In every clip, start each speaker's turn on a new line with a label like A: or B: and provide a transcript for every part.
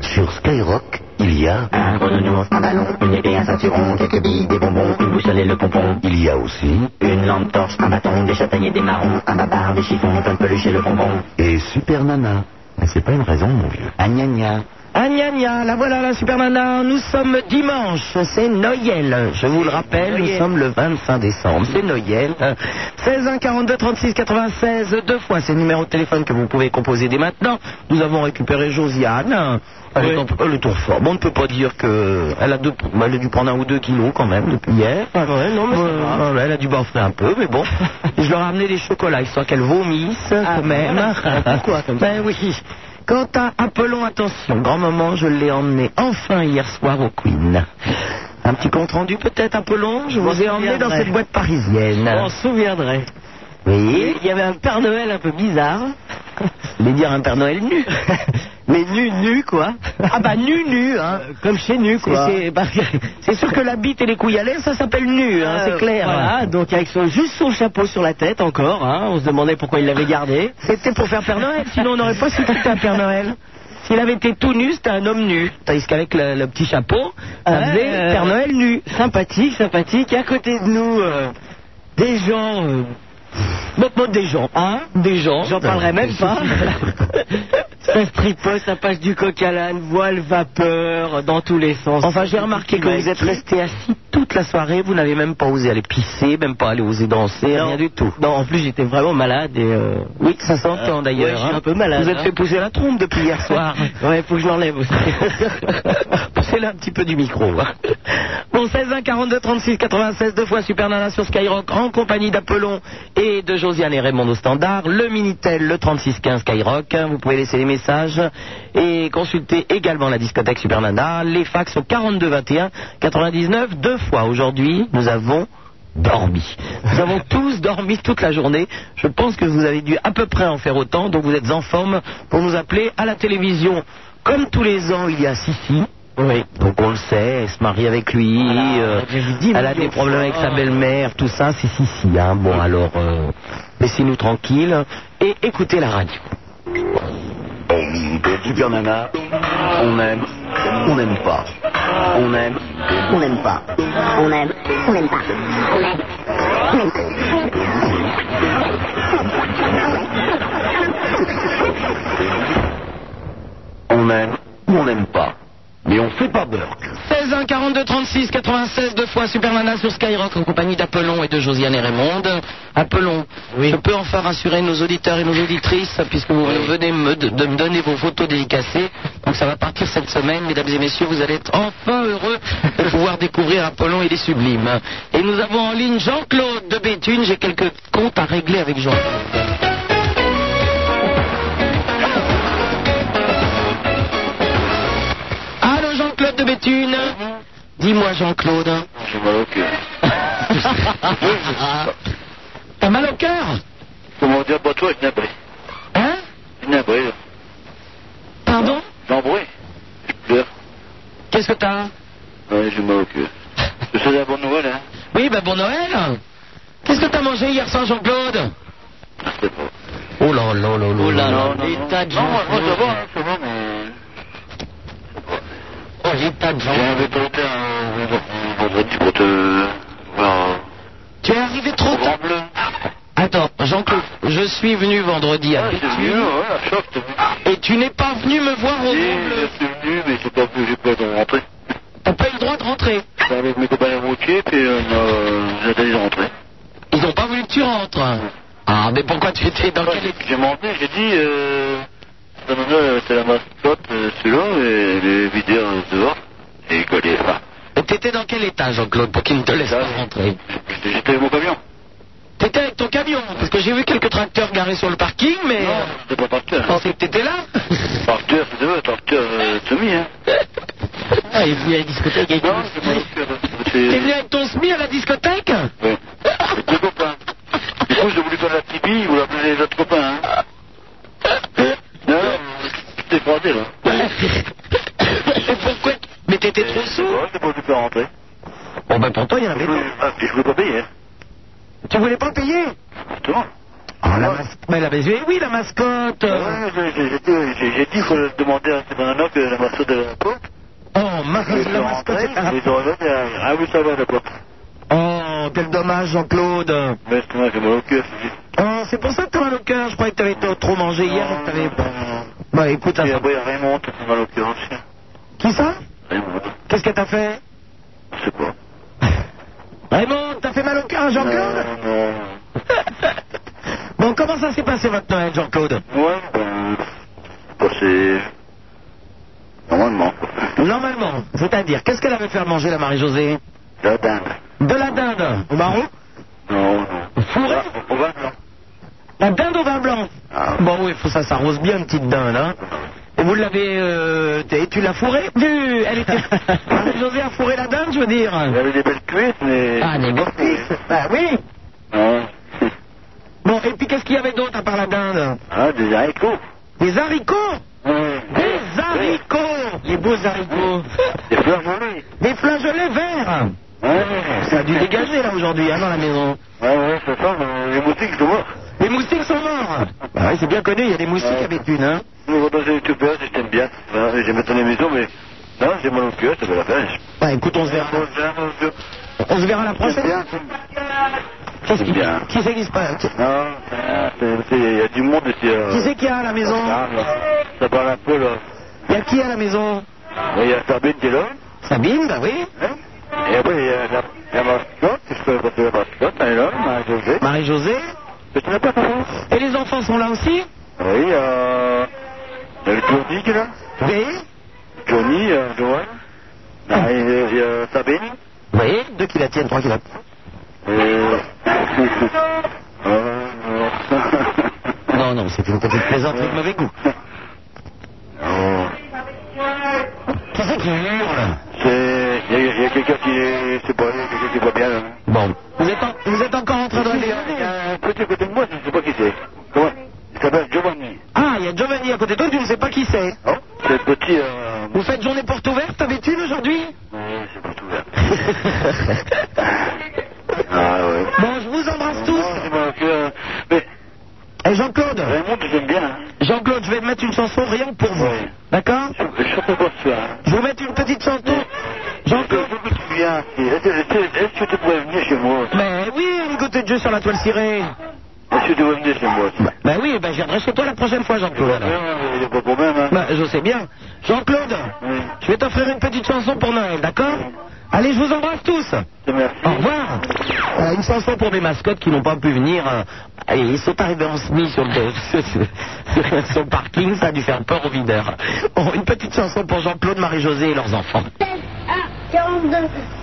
A: Sur Skyrock, il y a...
B: Un gros nounours, un ballon, une épée, un ceinturon, quelques billes, des bonbons, une boussole et le pompon.
A: Il y a aussi...
B: Une lampe torche, un bâton, des châtaigniers, des marrons, un babar, des chiffons, plein de peluches et le bonbon.
A: Et Super Nana. Mais c'est pas une raison, mon vieux. Ah, gna, gna.
C: Ah gna gna, la voilà la Supermana, nous sommes dimanche, c'est Noël. Je vous le rappelle, nous sommes le 25 décembre, c'est Noël. 16 1 42 36 96, deux fois, c'est le numéro de téléphone que vous pouvez composer dès maintenant. Nous avons récupéré Josiane. Elle est en- elle est en forme, on ne peut pas dire que... Elle a, deux- elle a dû prendre un ou deux kilos quand même depuis hier. Euh, Elle a dû baffer un peu, mais bon. Je leur ai amené des chocolats, histoire qu'elle vomisse quand même. Pourquoi comme Ben oui. Quant à Appelons Attention, grand-maman, je l'ai emmené enfin hier soir au Queen. Un petit compte rendu peut-être, Apollon Je vous ai emmené dans cette boîte parisienne. On s'en souviendrait. Oui Il y avait un Père Noël hein, un peu bizarre. Je voulais dire un Père Noël nu. Mais nu, nu, quoi. Ah bah nu, nu, hein. Comme chez nu, quoi. C'est bah, c'est sûr que la bite et les couilles à l'air, ça s'appelle nu, hein, c'est clair. Voilà, donc avec juste son chapeau sur la tête encore, hein. On se demandait pourquoi il l'avait gardé. C'était pour faire Père Noël, sinon on n'aurait pas su que c'était un Père Noël. S'il avait été tout nu, c'était un homme nu. Tandis qu'avec le, le petit chapeau, ça faisait Père Noël nu. euh, Sympathique, sympathique. Et à côté de nous, euh, des gens... euh, notre mode des gens. Hein Des gens. J'en parlerai même pas. ça se tripote, ça passe du coq à l'âne, voile, vapeur, dans tous les sens. Enfin, j'ai remarqué que vous êtes resté assis toute la soirée, vous n'avez même pas osé aller pisser, même pas aller oser danser, rien du tout. Non, en plus j'étais vraiment malade et... Oui, ça s'entend d'ailleurs. je suis un peu malade. hein. Vous êtes fait pousser la trompe depuis hier soir. ouais, faut que je l'enlève aussi. Poussez-la un petit peu du micro. hein. Bon, 16 1 42 36 96, deux fois Super Nana sur Skyrock, en compagnie d'Apollon et de Josiane et Raymond au standard, le Minitel, le 36 15 Skyrock. Vous pouvez laisser les messages et consulter également la discothèque Super Nana, les fax au 42 21 99, deux fois. Aujourd'hui, nous avons dormi. Nous avons tous dormi toute la journée. Je pense que vous avez dû à peu près en faire autant, donc vous êtes en forme pour nous appeler à la télévision. Comme tous les ans, il y a Sissi. Oui. Donc on le sait, elle se marie avec lui, euh, elle a des problèmes avec sa belle-mère, tout ça, si si si. hein. Bon alors, euh, laissez-nous tranquille et écoutez la radio.
A: Super Nana, on aime, on n'aime pas. On aime, on n'aime pas.
D: On aime, on n'aime pas. On aime.
A: On aime ou on n'aime pas. Mais on fait pas Burke.
C: 16 1 42 36 96 deux fois Supermana sur Skyrock en compagnie d'Apollon et de Josiane et Raymond. Apollon, je peux enfin rassurer nos auditeurs et nos auditrices puisque vous venez me- de, de me donner vos photos dédicacées. Donc ça va partir cette semaine, mesdames et messieurs, vous allez être enfin heureux de pouvoir découvrir Apollon et les sublimes. Et nous avons en ligne Jean-Claude de Béthune. J'ai quelques comptes à régler avec Jean. Allô Jean-Claude de Béthune Dis-moi Jean-Claude.
E: J'ai mal au cœur.
C: T'as mal au cœur
E: Comment dire, bah toi, je n'abri.
C: Hein
E: Je n'abri, là.
C: Pardon
E: J'embraye. Je pleure.
C: Qu'est-ce que t'as
E: Ouais, j'ai mal au cœur. Je sais la bonne nouvelle, hein.
C: Oui, ben bon Noël Qu'est-ce que t'as mangé hier soir, Jean-Claude
E: Je sais pas.
C: Oh là là là là là
E: non, non,
C: les
E: non.
C: tas de
E: Non,
C: gens.
E: moi, moi, ça va, hein, ça va, mais...
C: Oh, les tas de
E: J'ai
C: gens.
E: envie de tenter un un vendredi pour te... voir
C: Tu es arrivé trop
E: au
C: tard.
E: Grand Bleu.
C: Attends, Jean-Claude, je suis venu vendredi à
E: Ah, c'est
C: Béthune
E: venu, ouais, la choc, t'as vu.
C: et tu n'es pas venu me voir au
E: Oui,
C: Grand
E: je
C: Bleu.
E: suis venu, mais j'ai pas pu, j'ai pas de rentrer.
C: T'as pas eu le droit de rentrer.
E: J'étais avec mes copains routiers, puis euh, on a- j'ai déjà rentré.
C: Ils ont pas voulu que tu rentres. Ah, mais pourquoi tu étais dans quel
E: Ouais, J'ai monté, j'ai dit, euh, non, non, non, c'est la mascotte, euh, celui-là, et les videurs dehors, et il collait ça.
C: état T'étais dans quel état, Jean-Claude, pour qu'ils ne te laissent pas rentrer
E: J'étais j'étais avec mon camion.
C: T'étais avec ton camion, parce que j'ai vu quelques tracteurs garés sur le parking, mais...
E: Non, c'était pas hein. par
C: Je
E: terre.
C: pensais que t'étais là.
E: Par terre, c'est vrai, par terre, euh, Tommy, hein.
C: Ah, il est venu à la discothèque avec
E: Non,
C: ton
E: c'est
C: SMI. T'es venu avec ton SMI à la discothèque
E: Ouais. C'est deux copains. Du coup, j'ai voulu faire la tibi, vous l'appeler les autres copains, hein. Non, non, t'es froidé, là.
C: Et pourquoi Mais t'étais trop sourd
E: Ouais, j'ai pas voulu faire rentrer.
C: Bon ben pour toi il y en
E: Je voulais- ah, puis je voulais pas payer, hein.
C: Tu voulais pas payer
E: Justement.
C: Ah, la mas- Mais la mais oui, la mascotte.
E: Ouais, j'ai- j'ai- j'ai dit- J'ai j'ai dit qu'il fallait demander à Stéphane Hanoc euh, la mascotte de la porte.
C: Oh, ma-
E: Ils
C: la
E: sont rentrés,
C: mascotte. ah.
E: ils ont répondu à- Ah oui, ça va, la porte.
C: Oh, quel dommage, Jean-Claude.
E: Mais c'est moi, j'ai mal au cœur. c'est juste.
C: Oh, c'est pour ça que t'as mal au cœur. Je croyais que t'avais t- trop mangé hier et que t'avais. Bah, écoute, ça
E: Et
C: sent-
E: après, il y a Raymond, qui a mal au cœur aussi.
C: Qui ça
E: Raymond,
C: Qu'est-ce que t'as fait
E: je sais pas.
C: Raymond, t'as fait mal au cœur, à Jean-Claude
E: Non, non.
C: Bon, comment ça s'est passé votre Noël, Jean-Claude
E: Ouais, ben. Bah, c'est. Normalement, quoi.
C: Normalement, c'est-à-dire, qu'est-ce qu'elle avait fait à manger, la Marie-Josée
E: La dinde.
C: De la dinde au marron
E: Non, non.
C: Fourré
E: On va, non
C: La dinde au vin blanc
E: Ah.
C: Bon, oui, faut ça s'arrose bien, une petite dinde, hein Et vous l'avez. Euh, et tu l'as fourrée Vu Elle était. Ah, Marie-Josée a fourré la dinde, je veux dire
E: Il avait des belles cuisses, mais.
C: Ah, les bons fils. Ah, oui
E: Non.
C: Bon, et puis qu'est-ce qu'il y avait d'autre à part la dinde
E: Ah, des haricots.
C: Des haricots
E: Ouais.
C: Des haricots Les beaux haricots
E: Des fleurs volées.
C: Des flageolets verts
E: Ouais.
C: Ça a dû dégager, là, aujourd'hui, hein, dans la maison
E: Ouais, ouais, ça sent, euh, les moustiques sont morts.
C: Les moustiques sont morts Bah oui, c'est bien connu, il y a des moustiques
E: Ouais.
C: avec une, hein
E: Le reportage des youtubeurs, je t'aime bien. Ben, J'aime ton émission, mais non, j'ai mal au cœur, ça va la peine.
C: Bah écoute, on se verra, on se verra la
E: C'est
C: prochaine
E: bien.
C: Qu'est-ce qui...
E: Bien.
C: Qui c'est qui se passe Qui
E: Non, c'est- c'est- il y a du monde ici. euh,
C: c'est qu'il y a à la maison
E: ah, là, Ça parle un peu, là.
C: Il y a qui à la maison
E: Il y a Sabine qui est là.
C: Sabine, bah oui
E: hein. Et après, il y a la, la mascotte, je peux passer la mascotte, elle est là, ma Josée.
C: Marie-Josée
E: Je te l'ai pas pardon.
C: Et les enfants sont là aussi
E: Oui, euh, il y a le Johnny qui est là.
C: Oui
E: Johnny, euh, Johan. Ah, Il y a- il y a Sabine.
C: Oui, deux qui la tiennent, trois qui la...
E: Euh, euh, non.
C: Non, non, c'est une petite plaisanterie de mauvais goût.
E: Euh. Non.
C: Qui c'est qui hurle
E: C'est. Il y a, il y a quelqu'un qui est. C'est pas, il y a quelqu'un qui est pas bien. là.
C: Bon. Vous êtes, en- vous êtes encore en train de
E: Il y a il y
C: regarder
E: a un petit à côté de moi, je ne sais pas qui c'est. Comment Il s'appelle Giovanni.
C: Ah, il y a Giovanni à côté de toi, tu ne sais pas qui c'est.
E: Oh C'est le petit. Euh,
C: Vous faites journée porte ouverte à Béthune aujourd'hui
E: ouais, c'est pas tout hein. vert.
C: Ah, Bon,
E: Ah ouais.
C: je vous embrasse
E: Non,
C: tous.
E: c'est pas que- Mais
C: Et Eh, Jean-Claude,
E: Raymond, tu aimes bien. hein.
C: Jean-Claude, je vais mettre une chanson rien que pour vous.
E: Oui.
C: D'accord
E: Je je sais pas ce soir.
C: Je vous mettre une petite chanson. Jean-Claude.
E: Je veux que tu viennes. Est-ce est-ce- est-ce que tu pourrais venir chez moi
C: Mais oui, une côté de Dieu sur la toile cirée.
E: Est-ce que tu pourrais venir chez moi
C: Ben oui, ben je viendrai chez toi la prochaine fois, Jean-Claude. alors.
E: Il n'y a pas de problème. hein.
C: Ben, je sais bien. Jean-Claude,
E: Oui.
C: je vais t'offrir une petite chanson pour Noël, d'accord Allez, je vous embrasse tous.
E: Merci.
C: Au revoir. Euh, une chanson pour mes mascottes qui n'ont pas pu venir. euh, et ils sont arrivés en semi sur le, sur- sur- sur le parking, ça a dû faire peur aux videurs. Bon, une petite chanson pour Jean-Claude, Marie-Josée et leurs enfants.
F: 42,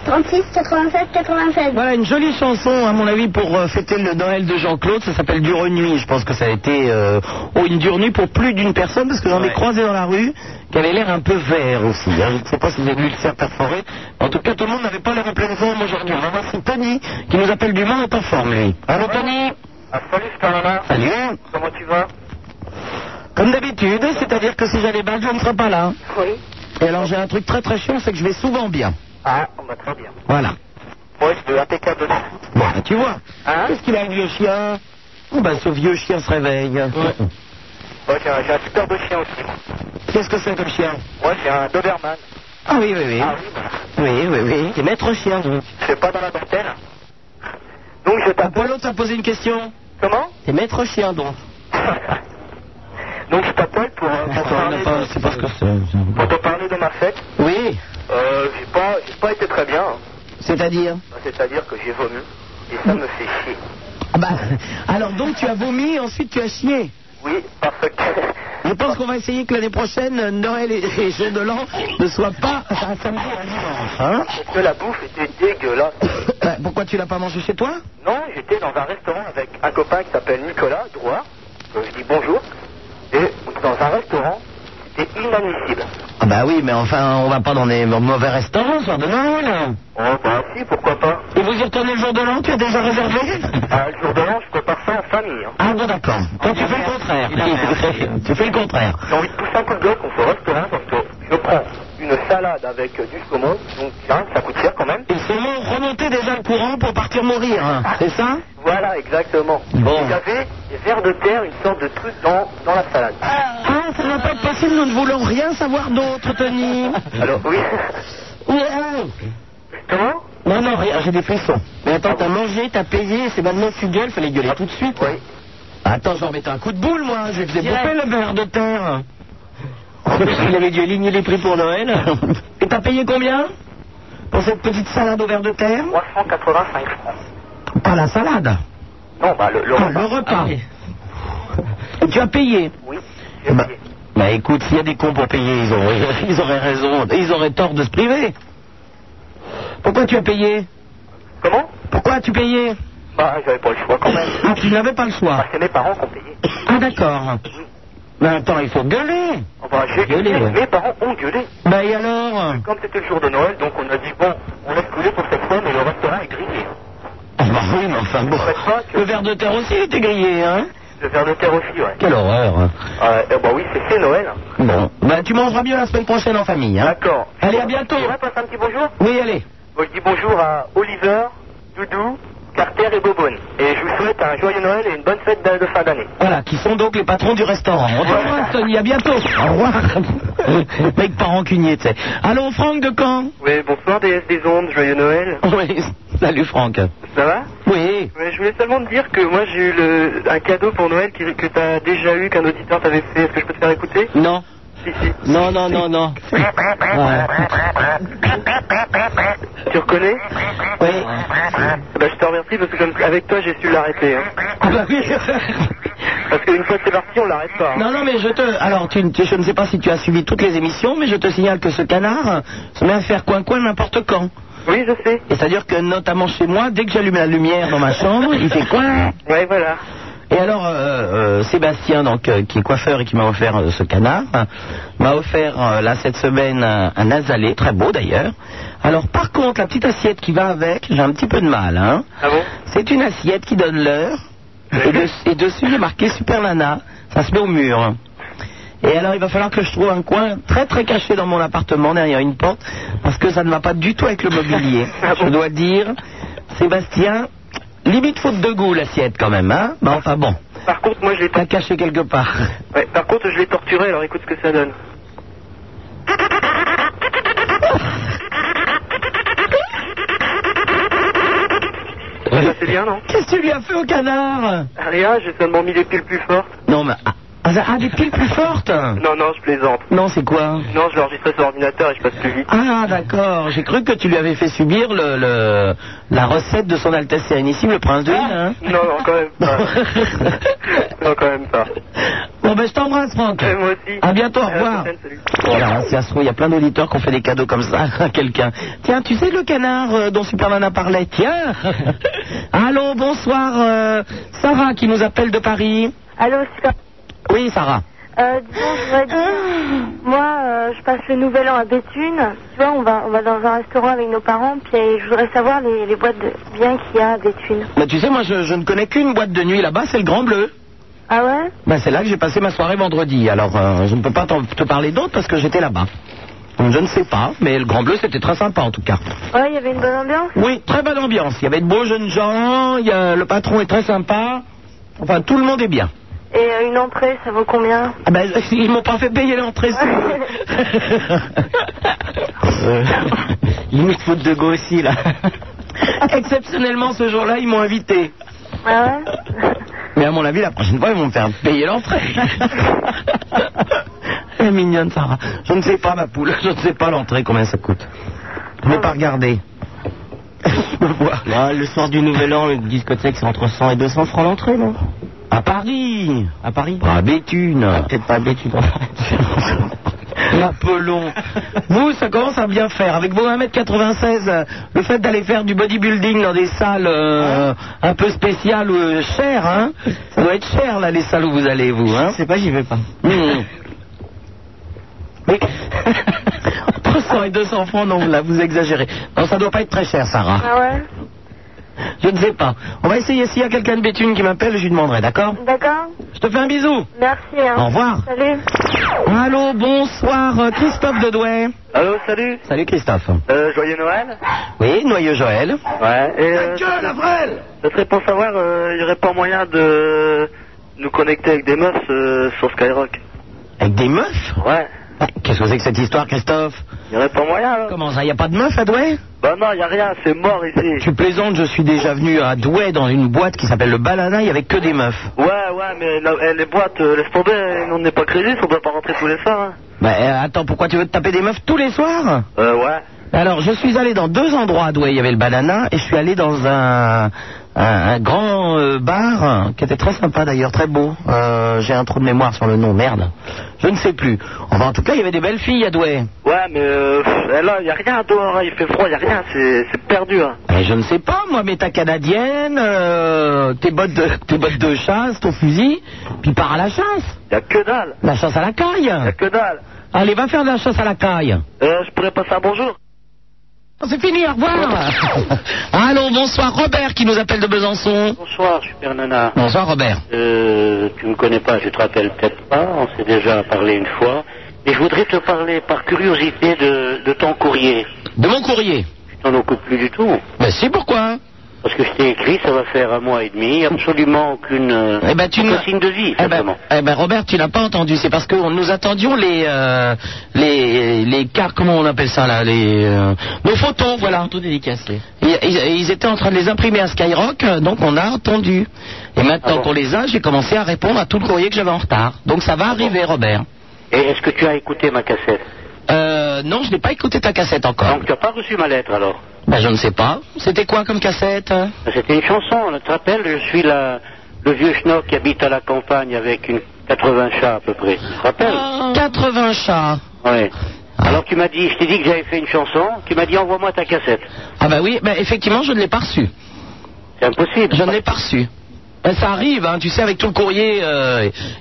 F: 36, 87, 96.
C: Voilà une jolie chanson, à mon avis, pour euh, fêter le Noël de Jean-Claude. Ça s'appelle Dure Nuit. Je pense que ça a été euh, oh, une dure nuit pour plus d'une personne, parce que j'en ai
E: Ouais.
C: croisé dans la rue, qui avait l'air un peu vert aussi. hein. Je ne sais pas si vous avez vu le cerf perforé. En tout cas, tout le monde n'avait pas l'air en pleine forme aujourd'hui. On va voir si Tony, qui nous appelle du Mans, est en forme, lui. Allô, Tony
G: Ah, salut Scarlana,
C: Salut
G: comment tu vas
C: Comme d'habitude, c'est-à-dire que si j'allais mal, je ne serais pas là.
G: Oui.
C: Et alors, j'ai un truc très très chiant, c'est que je vais souvent bien.
G: Ah, on va très bien.
C: Voilà.
G: Oui, je veux impeccable.
C: Bon, ben, tu vois.
G: Hein
C: Qu'est-ce qu'il a, le vieux chien Oh, ben, ce vieux chien se réveille.
G: Ouais, j'ai un, j'ai un super beau chien aussi.
C: Qu'est-ce que c'est comme chien
G: Moi, j'ai un Doberman.
C: Ah oui, oui, oui.
G: Ah oui, bah,
C: Oui, oui, oui. C'est maître chien, donc.
G: c'est pas dans la dentelle. Donc, je t'appelle.
C: Apollo Ah, t'a posé une question.
G: Comment
C: C'est maître chien, donc.
G: Donc, je t'appelle pour,
C: Ah,
G: euh, pour, parler de-
C: parce que c'est.
G: pour te parler de ma fête.
C: Oui,
G: Euh, j'ai pas, j'ai pas été très bien. hein.
C: c'est-à-dire
G: C'est-à-dire que j'ai vomi. Et ça me fait chier.
C: Ah bah, alors donc tu as vomi, ensuite tu as chié.
G: Oui, parce que.
C: Je pense qu'on va essayer que l'année prochaine, euh, Noël et, et jour de l'an ne soient pas un samedi et un dimanche. Hein
G: parce que la bouffe était dégueulasse.
C: Bah, Pourquoi tu l'as pas mangé chez toi
G: Non, j'étais dans un restaurant avec un copain qui s'appelle Nicolas Drouard. Euh, je dis bonjour. Et dans un restaurant, c'était inadmissible.
C: Ah bah oui, mais enfin, on va pas dans des mauvais restaurants, soir de Noël.
G: Oh, bah si, pourquoi pas.
C: Et vous y retournez le jour de l'an, tu as déjà réservé
G: Ah, le jour de l'an, je prépare ça en famille. hein.
C: Ah bon, d'accord. Toi, tu fais le contraire. tu fais le contraire.
G: J'ai envie de pousser un coup de gueule contre le restaurant parce que je prends une salade avec euh, du saumon. Donc, hein, ça coûte cher quand même. Ah.
C: Il faut remonter déjà le courant pour partir mourir. hein. C'est ça
G: Voilà, exactement.
C: Bon.
G: Et J'avais, vers de terre, une sorte de truc dans, dans la salade.
C: Ah, ça ne va pas être possible, nous ne voulons rien savoir d'autre, Tony.
G: Alors Oui.
C: Oui, ah.
G: Comment
C: Non, non, rien, j'ai des frissons. Mais attends, t'as mangé, t'as payé, c'est maintenant tu gueules, fallait gueuler tout de suite.
G: Oui.
C: Attends, j'en mettais un coup de boule, moi, je faisais bouffer le verre de terre. Il avait dû aligner les prix pour Noël. Et t'as payé combien Pour cette petite salade au verre de terre
G: 385 francs.
C: Pas la salade.
G: Non, bah le, le
C: Ah,
G: repas.
C: le repas. Et tu as payé
G: Oui.
C: Eh ben, bah écoute, s'il y a des cons pour payer, ils auraient, ils auraient raison, ils auraient tort de se priver. Pourquoi tu as payé
G: Comment
C: Pourquoi as-tu payé
G: Bah j'avais pas le choix
E: Oh, ben,
G: quand même.
C: Ah, tu n'avais pas le choix.
G: Bah, c'est mes parents qui ont payé.
C: Ah, d'accord. Mais attends, il faut gueuler.
G: Enfin, j'ai
C: Gueulé, ouais.
G: Mes parents ont gueulé.
C: Bah et alors
G: Comme c'était le jour de Noël, donc on a dit bon, on laisse couler pour cette fois, mais le restaurant est grillé.
C: Ah bah oui, mais enfin bon.
G: Faites pas que-
C: Le verre de terre aussi était grillé, hein
G: Le verre de terre aussi, ouais.
C: Quelle horreur. hein.
G: Ah, eh bah oui, c'est c'est Noël.
C: Bon, bah tu mangeras bien la semaine prochaine en famille, hein
G: D'accord.
C: Allez, à bientôt.
G: Tu vas passer un petit bonjour
C: Oui, allez.
G: Moi, Je dis bonjour à Oliver, Doudou, Carter et Bobonne. Et je vous souhaite un joyeux Noël et une bonne fête de de fin d'année.
C: Voilà, qui sont donc les patrons du restaurant. On te revoit, Tony, à bientôt. Au revoir. Mec pas rancunier, tu sais. Allô, Franck de Caen
G: Oui, bonsoir DS des ondes, joyeux Noël.
C: Oui, salut Franck.
G: Ça va
C: Oui.
G: Ouais, je voulais seulement te dire que moi j'ai eu le- un cadeau pour Noël qui- que t'as déjà eu, qu'un auditeur t'avait fait. Est-ce que je peux te faire écouter
C: Non.
G: Si, si.
C: Non, non, non, non. Ouais.
G: Tu reconnais
C: Oui.
G: Bah, Je te remercie parce que comme avec toi j'ai su l'arrêter. hein.
C: Ah bah oui.
G: Parce qu'une fois que c'est parti, on l'arrête pas. hein.
C: Non, non, mais je te. Alors, tu, tu- je ne sais pas si tu as suivi toutes les émissions, mais je te signale que ce canard euh, se met à faire coin-coin n'importe quand.
G: Oui, je sais.
C: Et C'est-à-dire que, notamment chez moi, dès que j'allume la lumière dans ma chambre, il fait coin.
G: Ouais, voilà.
C: Et alors, euh, euh, Sébastien, donc, euh, qui est coiffeur et qui m'a offert euh, ce canard, hein, m'a offert, euh, là, cette semaine, un, un azalée, très beau d'ailleurs. Alors, par contre, la petite assiette qui va avec, j'ai un petit peu de mal. Hein.
G: Ah bon
C: C'est une assiette qui donne l'heure, et, de- et dessus, il est marqué Super Nana. Ça se met au mur. Et alors, il va falloir que je trouve un coin très très caché dans mon appartement, derrière une porte, parce que ça ne va pas du tout avec le mobilier. je dois dire, Sébastien, limite faute de goût l'assiette quand même, hein Bah enfin bon,
G: Par contre, moi je l'ai
C: t'as caché quelque part.
G: Ouais, par contre, je l'ai torturé, alors écoute ce que ça donne. Ça, c'est bien, non
C: Qu'est-ce que tu lui as fait au canard
G: Rien, j'ai seulement mis les piles plus fortes.
C: Non mais, ah, ah, des piles plus fortes
G: Non, non, je plaisante.
C: Non, c'est quoi
G: Non, je l'ai enregistré sur ordinateur et je passe plus vite.
C: Ah d'accord, j'ai cru que tu lui avais fait subir le, le- la recette de son Altesse Sérénissime, le prince de
G: Ah.
C: Hénin. hein.
G: Non, non, quand même pas. non, quand même pas.
C: Bon ben je t'embrasse Franck.
G: Et moi aussi.
C: À bientôt, au
G: À la
C: revoir.
G: prochaine, salut.
C: Voilà, hein, si ça se trouve, il y a plein d'auditeurs qui ont fait des cadeaux comme ça à quelqu'un. Tiens, tu sais le canard euh, dont Superman a parlé Tiens Allô, bonsoir, euh, Sarah qui nous appelle de Paris.
H: Allô, super.
C: Oui, Sarah.
H: Euh, dis donc, je voudrais dire, moi, euh, je passe le nouvel an à Béthune. Tu vois, on va, on va dans un restaurant avec nos parents, puis euh, je voudrais savoir les, les boîtes de biens qu'il y a à Béthune.
C: Mais Ben, tu sais, moi, je, je ne connais qu'une boîte de nuit là-bas, c'est le Grand Bleu.
H: Ah ouais
C: Ben, c'est là que j'ai passé ma soirée vendredi. Alors, euh, je ne peux pas t'en- te parler d'autres parce que j'étais là-bas. Donc, Je ne sais pas, mais le Grand Bleu, c'était très sympa en tout cas.
H: Ouais, il y avait une bonne ambiance
C: Oui, très bonne ambiance. Il y avait de beaux jeunes gens, il y a- le patron est très sympa. Enfin, tout le monde est bien.
H: Et euh, une entrée, ça vaut combien
C: Ah ben, ils m'ont pas fait payer l'entrée. c'est vrai. Euh, Limite faute de go aussi, là. Exceptionnellement, ce jour-là, ils m'ont invité.
H: Ah ouais
C: Mais à mon avis, la prochaine fois, ils vont me faire payer l'entrée. Elle est mignonne, Sarah. Je ne sais pas, ma poule. Je ne sais pas l'entrée, combien ça coûte. Je n'ai pas regardé. Je me vois.
I: Ah, le soir du Nouvel An, une discothèque, c'est entre 100 et 200 francs l'entrée, non
C: À Paris Ah,
I: À Paris
C: À Béthune
I: Peut-être pas d'habitude.
C: L'Apollon. Vous, ça commence à bien faire. Avec vos 1m96, euh, le fait d'aller faire du bodybuilding dans des salles euh, un peu spéciales, euh, chères, hein Ça doit être cher, là, les salles où vous allez, vous, hein
I: Je sais pas, j'y vais pas.
C: Hmm. Mais entre 100 et 200 francs, non, là, vous exagérez. Non, ça doit pas être très cher, Sarah.
H: Ah ouais
C: Je ne sais pas. On va essayer. S'il y a quelqu'un de Béthune qui m'appelle, je lui demanderai, d'accord
H: D'accord
C: Je te fais un bisou.
H: Merci. Hein.
C: Au revoir.
H: Salut.
C: Allô, bonsoir, euh, Christophe Dedouet.
G: Allô, salut.
C: Salut, Christophe.
G: Euh, joyeux Noël.
C: Oui, Noyeux Joël.
G: Ouais. Et, euh,
C: Avril
G: ce serait pour savoir, euh, il y aurait pas moyen de
J: nous connecter avec des meufs euh, sur Skyrock.
C: Avec des meufs
J: Ouais.
C: Ouais, Qu'est-ce que c'est que cette histoire, Christophe
J: Il aurait pas moyen, là.
C: Comment ça, il a pas de meufs à Douai
J: Bah non, il a rien, c'est mort ici.
C: Tu plaisantes, je suis déjà venu à Douai dans une boîte qui s'appelle le Balana, il n'y avait que des meufs.
J: Ouais, ouais, mais la- eh, les boîtes, euh, laisse tomber, eh, nous, on n'est pas crédit, on doit pas rentrer tous les soirs. hein.
C: Bah euh, attends, pourquoi tu veux te taper des meufs tous les soirs
J: Euh, ouais.
C: Alors, je suis allé dans deux endroits à Douai. Il y avait le Banana et je suis allé dans un, un, un grand euh, bar euh, qui était très sympa d'ailleurs, très beau. Euh, J'ai un trou de mémoire sur le nom, merde. Je ne sais plus. Enfin, en tout cas, il y avait des belles filles à Douai.
J: Ouais, mais euh, pff, eh, là, il a rien dehors, hein, il fait froid, il a rien, c'est c'est perdu. Hein.
C: Mais je ne sais pas, moi, mais ta canadienne, euh, tes, bottes de, tes bottes de chasse, ton fusil, puis pars à la chasse.
J: Il a que dalle,
C: La chasse à la caille.
J: il a que dalle.
C: Allez, va faire de la chasse à la caille.
J: Euh, je pourrais passer un bonjour.
C: Oh, C'est fini, au revoir. Allô, bonsoir, Robert qui nous appelle de Besançon.
E: Bonsoir, super nana.
C: Bonsoir, Robert.
E: Euh, tu me connais pas, je te rappelle peut-être pas, on s'est déjà parlé une fois. Mais je voudrais te parler par curiosité de, de ton courrier.
C: De mon courrier.
E: Tu t'en occupes plus du tout.
C: Ben si, pourquoi
E: Parce que je t'ai écrit, ça va faire un mois et demi, absolument aucune, euh,
C: Eh ben, tu
E: aucun
C: n'as-
E: signe de vie,
C: eh ben,
E: simplement.
C: eh ben, Robert, tu n'as pas entendu. C'est parce que on- nous attendions les, euh, les, les cars, comment on appelle ça là, les, euh, nos photons, voilà.
K: dédicacé.
C: Ils, ils- ils étaient en train de les imprimer à Skyrock, euh, donc on a attendu. Et maintenant
E: Ah bon
C: qu'on les a, j'ai commencé à répondre à tout le courrier que j'avais en retard. Donc ça va
E: Ah
C: arriver, Robert.
E: Et est-ce que tu as écouté ma cassette
C: Euh, non, je n'ai pas écouté ta cassette encore.
E: Donc tu n'as pas reçu ma lettre alors Ah,
C: Ben, je ne sais pas. C'était quoi comme cassette hein
E: C'était une chanson, tu te rappelles Je suis la, le vieux schnock qui habite à la campagne avec une 80 chats à peu près. Tu te rappelles
C: 80 chats.
E: Ouais. Ah. Alors tu m'as dit, je t'ai dit que j'avais fait une chanson, tu m'as dit envoie-moi ta cassette.
C: Ah ben oui, ben, effectivement, je ne l'ai pas reçu.
E: C'est impossible.
C: Je ne l'ai pas reçu. Ben, ça arrive, hein, tu sais, avec tout le courrier,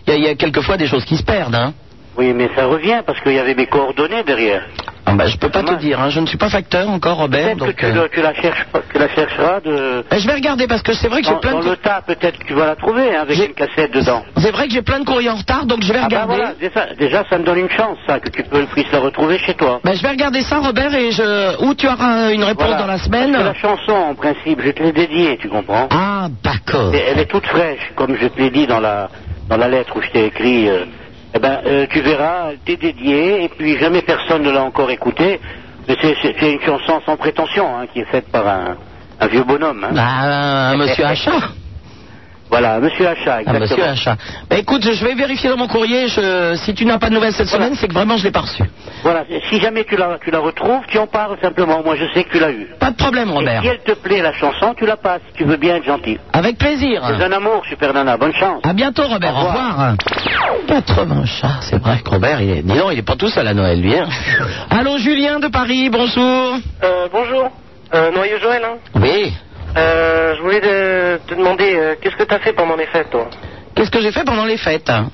C: il y, a- y a quelquefois des choses qui se perdent. Hein.
E: Oui, mais ça revient parce qu'il y avait mes coordonnées derrière.
C: Ah, ben, je peux pas te
E: Dommage.
C: dire, hein, je ne suis pas facteur encore, Robert.
E: Peut-être que
C: Donc,
E: tu,
C: euh,
E: dois- tu la cherches, pas- tu la chercheras de.
C: ben, je vais regarder parce que c'est vrai que j'ai
E: Dans,
C: plein
E: dans
C: de...
E: le tas, peut-être que tu vas la trouver hein, avec
C: J'ai-
E: une cassette dedans.
C: C'est vrai que j'ai plein de courriers en retard, donc je vais
E: Ah bah
C: regarder.
E: voilà, déjà, déjà, ça me donne une chance, ça,
C: Ah.
E: que tu peux, puisses la retrouver chez toi.
C: Ben, je vais regarder ça, Robert, et je... ou tu auras une réponse
E: Voilà.
C: dans la semaine.
E: Parce que la chanson, en principe, je te l'ai dédiée, tu comprends
C: Ah, d'accord.
E: Et elle est toute fraîche, comme je te l'ai dit dans la, dans la lettre où je t'ai écrit. euh, eh ben, euh, tu verras, elle t'est dédiée, et puis jamais personne ne l'a encore écoutée. Mais c'est- c'est c'est une chanson sans prétention, hein, qui est faite par un, un vieux bonhomme. hein.
C: Ben, monsieur Achat.
E: Voilà, Monsieur Achat,
C: Ah,
E: exactement.
C: monsieur Achat. Ben, écoute, je vais vérifier dans mon courrier. Je... Si tu n'as pas de nouvelles cette semaine, c'est que vraiment je l'ai pas reçu.
E: Voilà, si jamais tu la, tu la retrouves, tu en parles simplement. Moi, je sais que tu l'as eue.
C: Pas de problème,
E: Et
C: Robert.
E: si elle te plaît, la chanson, tu la passes. Tu veux bien être gentil.
C: Avec plaisir.
E: C'est un amour, super nana. Bonne chance.
C: À bientôt, Robert. Au
E: Au
C: revoir. 80 chats, c'est vrai que Robert, il est... dis donc, il est pas tout seul à Noël, lui. hein. Allô, Julien de Paris, bonjour.
G: Euh, bonjour. Euh, Noyau Joël, hein.
C: Oui.
G: Euh, je voulais te, te demander, euh, qu'est-ce que t'as fait pendant les fêtes, toi
C: Qu'est-ce que j'ai fait pendant les fêtes hein?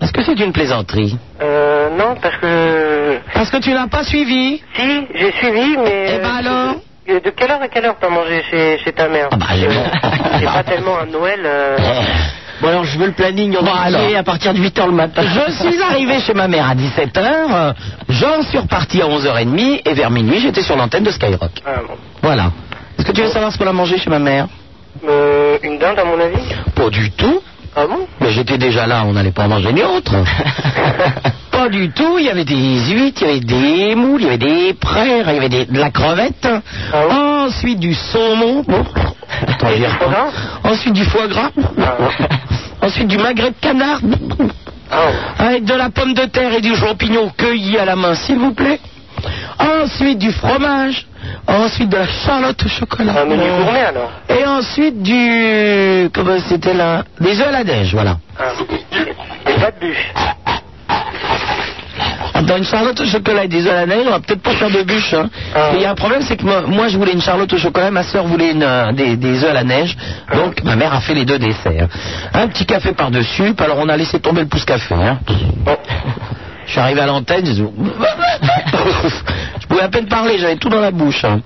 C: Est-ce que c'est une plaisanterie
G: Euh, non, parce que...
C: Parce que tu n'as pas suivi.
G: Si, j'ai suivi, mais...
C: Eh ben
G: euh,
C: alors
G: de, de quelle heure à quelle heure t'as mangé chez, chez ta mère
C: Ah
G: Euh,
C: bah, j'ai-
G: C'est pas tellement un Noël...
C: Eh.
G: euh,
C: Bon alors je veux le planning à partir de 8h le matin. Je suis arrivé chez ma mère à 17h, j'en suis reparti à 11h30 et vers minuit j'étais sur l'antenne de Skyrock.
G: Ah, bon.
C: Voilà. Est-ce que tu veux savoir ce qu'on a mangé chez ma mère
G: Euh, une dinde, à mon avis
C: Pas du tout.
G: Ah bon
C: Mais j'étais déjà là, on n'allait pas en manger une autre. pas du tout, il y avait des huîtres, il y avait des moules, il y avait des prairies, il y avait des- de la crevette.
G: Ah oui
C: Ensuite du saumon. Bon. Attends, je vais
G: foie gras
C: Ensuite du foie gras. Ensuite du magret de canard.
G: Ah, ouais.
C: Avec de la pomme de terre et du champignon cueilli à la main, s'il vous plaît. Ensuite du fromage. Ensuite de la charlotte au chocolat.
G: un menu Ah, gourmet, alors
C: Et ensuite du. Comment c'était là Des œufs à la neige, voilà.
G: Ah. Et pas de bûche
C: Dans une charlotte au chocolat et des œufs à la neige, on va peut-être pas faire de bûche. hein.
G: Ah.
C: Mais Il y a un problème, c'est que moi, moi, je voulais une charlotte au chocolat, ma soeur voulait une, euh, des, des œufs à la neige. Donc ma mère a fait les deux desserts. Un petit café par-dessus, puis alors on a laissé tomber le pouce café. hein. Je suis arrivé à l'antenne, j'ai dit... je pouvais à peine parler, j'avais tout dans la bouche. hein.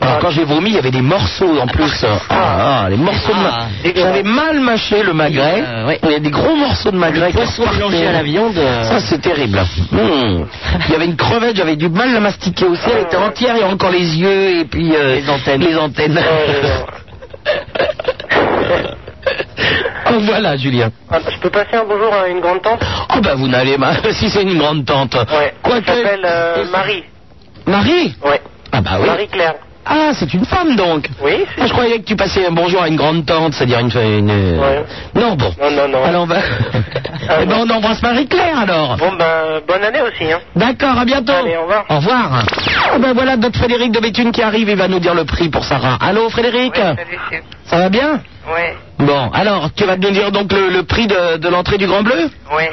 C: Alors, quand j'ai vomi, il y avait des morceaux en plus. hein. Ah, ah, les morceaux de ma-
K: Ah,
C: J'avais mal mâché le magret.
K: Euh, ouais.
C: Il y a des gros morceaux de magret. qui
K: poisson
C: repartaient.
K: mélangé à la viande, euh.
C: Ça, c'est terrible. Hmm. Il y avait une crevette, j'avais du mal à la mastiquer aussi. Elle était entière, il y avait encore les yeux et puis... euh, les antennes. Les antennes.
G: Euh,
C: oh voilà, Julien.
G: Ah, Je peux passer un bonjour à une grande tante
C: Oh, ben, vous n'allez pas. si c'est une grande tante.
G: Ouais.
C: Quoi
G: Elle s'appelle euh, Marie.
C: Marie
G: Ouais.
C: Ah, bah oui.
G: Marie-Claire.
C: Ah, c'est une femme donc
G: Oui, c'est-
C: Ah, je croyais que tu passais un bonjour à une grande tante, c'est-à-dire une. une-
G: Ouais.
C: Non, bon.
G: Non, non, non.
C: Alors, ben.
G: Ah,
C: eh ben, on embrasse Marie-Claire alors.
G: Bon, ben, bonne année aussi, hein.
C: D'accord, à bientôt.
G: Allez, au revoir.
C: Au revoir. Ah, ben voilà notre Frédéric de Béthune qui arrive, il va nous dire le prix pour Sarah. Allô, Frédéric Ça va bien
G: Ouais,
C: Bon, alors, tu vas nous dire donc le, le prix de, de l'entrée du Grand Bleu
G: ouais.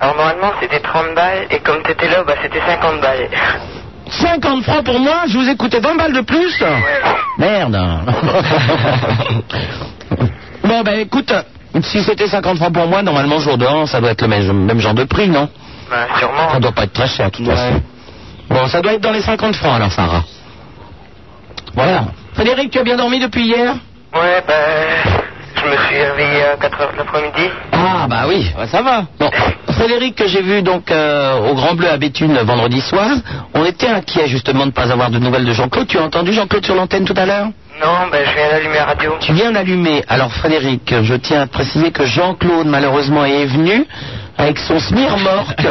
G: Alors, normalement, c'était 30 balles, et comme t'étais là, bah, c'était 50 balles.
C: 50 francs pour moi, je vous ai coûté 20 balles de plus Merde Bon, ben écoute, si c'était 50 francs pour moi, normalement, jour de an, ça doit être le même, même genre de prix, non
G: Bah, sûrement.
C: Ça doit pas être très cher, de toute façon. Bon, ça doit être dans les 50 francs, alors, Sarah. Voilà. Frédéric, tu as bien dormi depuis hier
G: Ouais, bah, je me suis réveillé à 4 heures de l'après-midi.
C: Ah, bah oui, bah, ça va. Bon, Frédéric, que j'ai vu donc euh, au Grand Bleu à Béthune vendredi soir, on était inquiet justement de ne pas avoir de nouvelles de Jean-Claude. Tu as entendu Jean-Claude sur l'antenne tout à l'heure
G: Non, bah, je viens d'allumer la radio.
C: Tu viens d'allumer. Alors Frédéric, je tiens à préciser que Jean-Claude malheureusement est venu avec son smirmorque.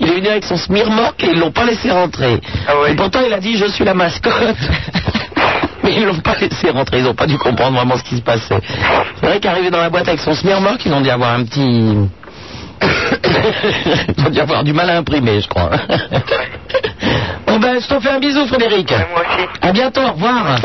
C: Il est venu avec son smirmorque et ils l'ont pas laissé rentrer.
G: Ah ouais.
C: Et pourtant il a dit je suis la mascotte. Mais ils l'ont pas laissé rentrer, ils n'ont pas dû comprendre vraiment ce qui se passait. C'est vrai qu'arrivé dans la boîte avec son smirmorque, ils ont dû avoir un petit... ils ont dû avoir du mal à imprimer, je crois. bon ben, je te fais un bisou Frédéric.
G: Ouais, moi aussi.
C: À bientôt, au revoir.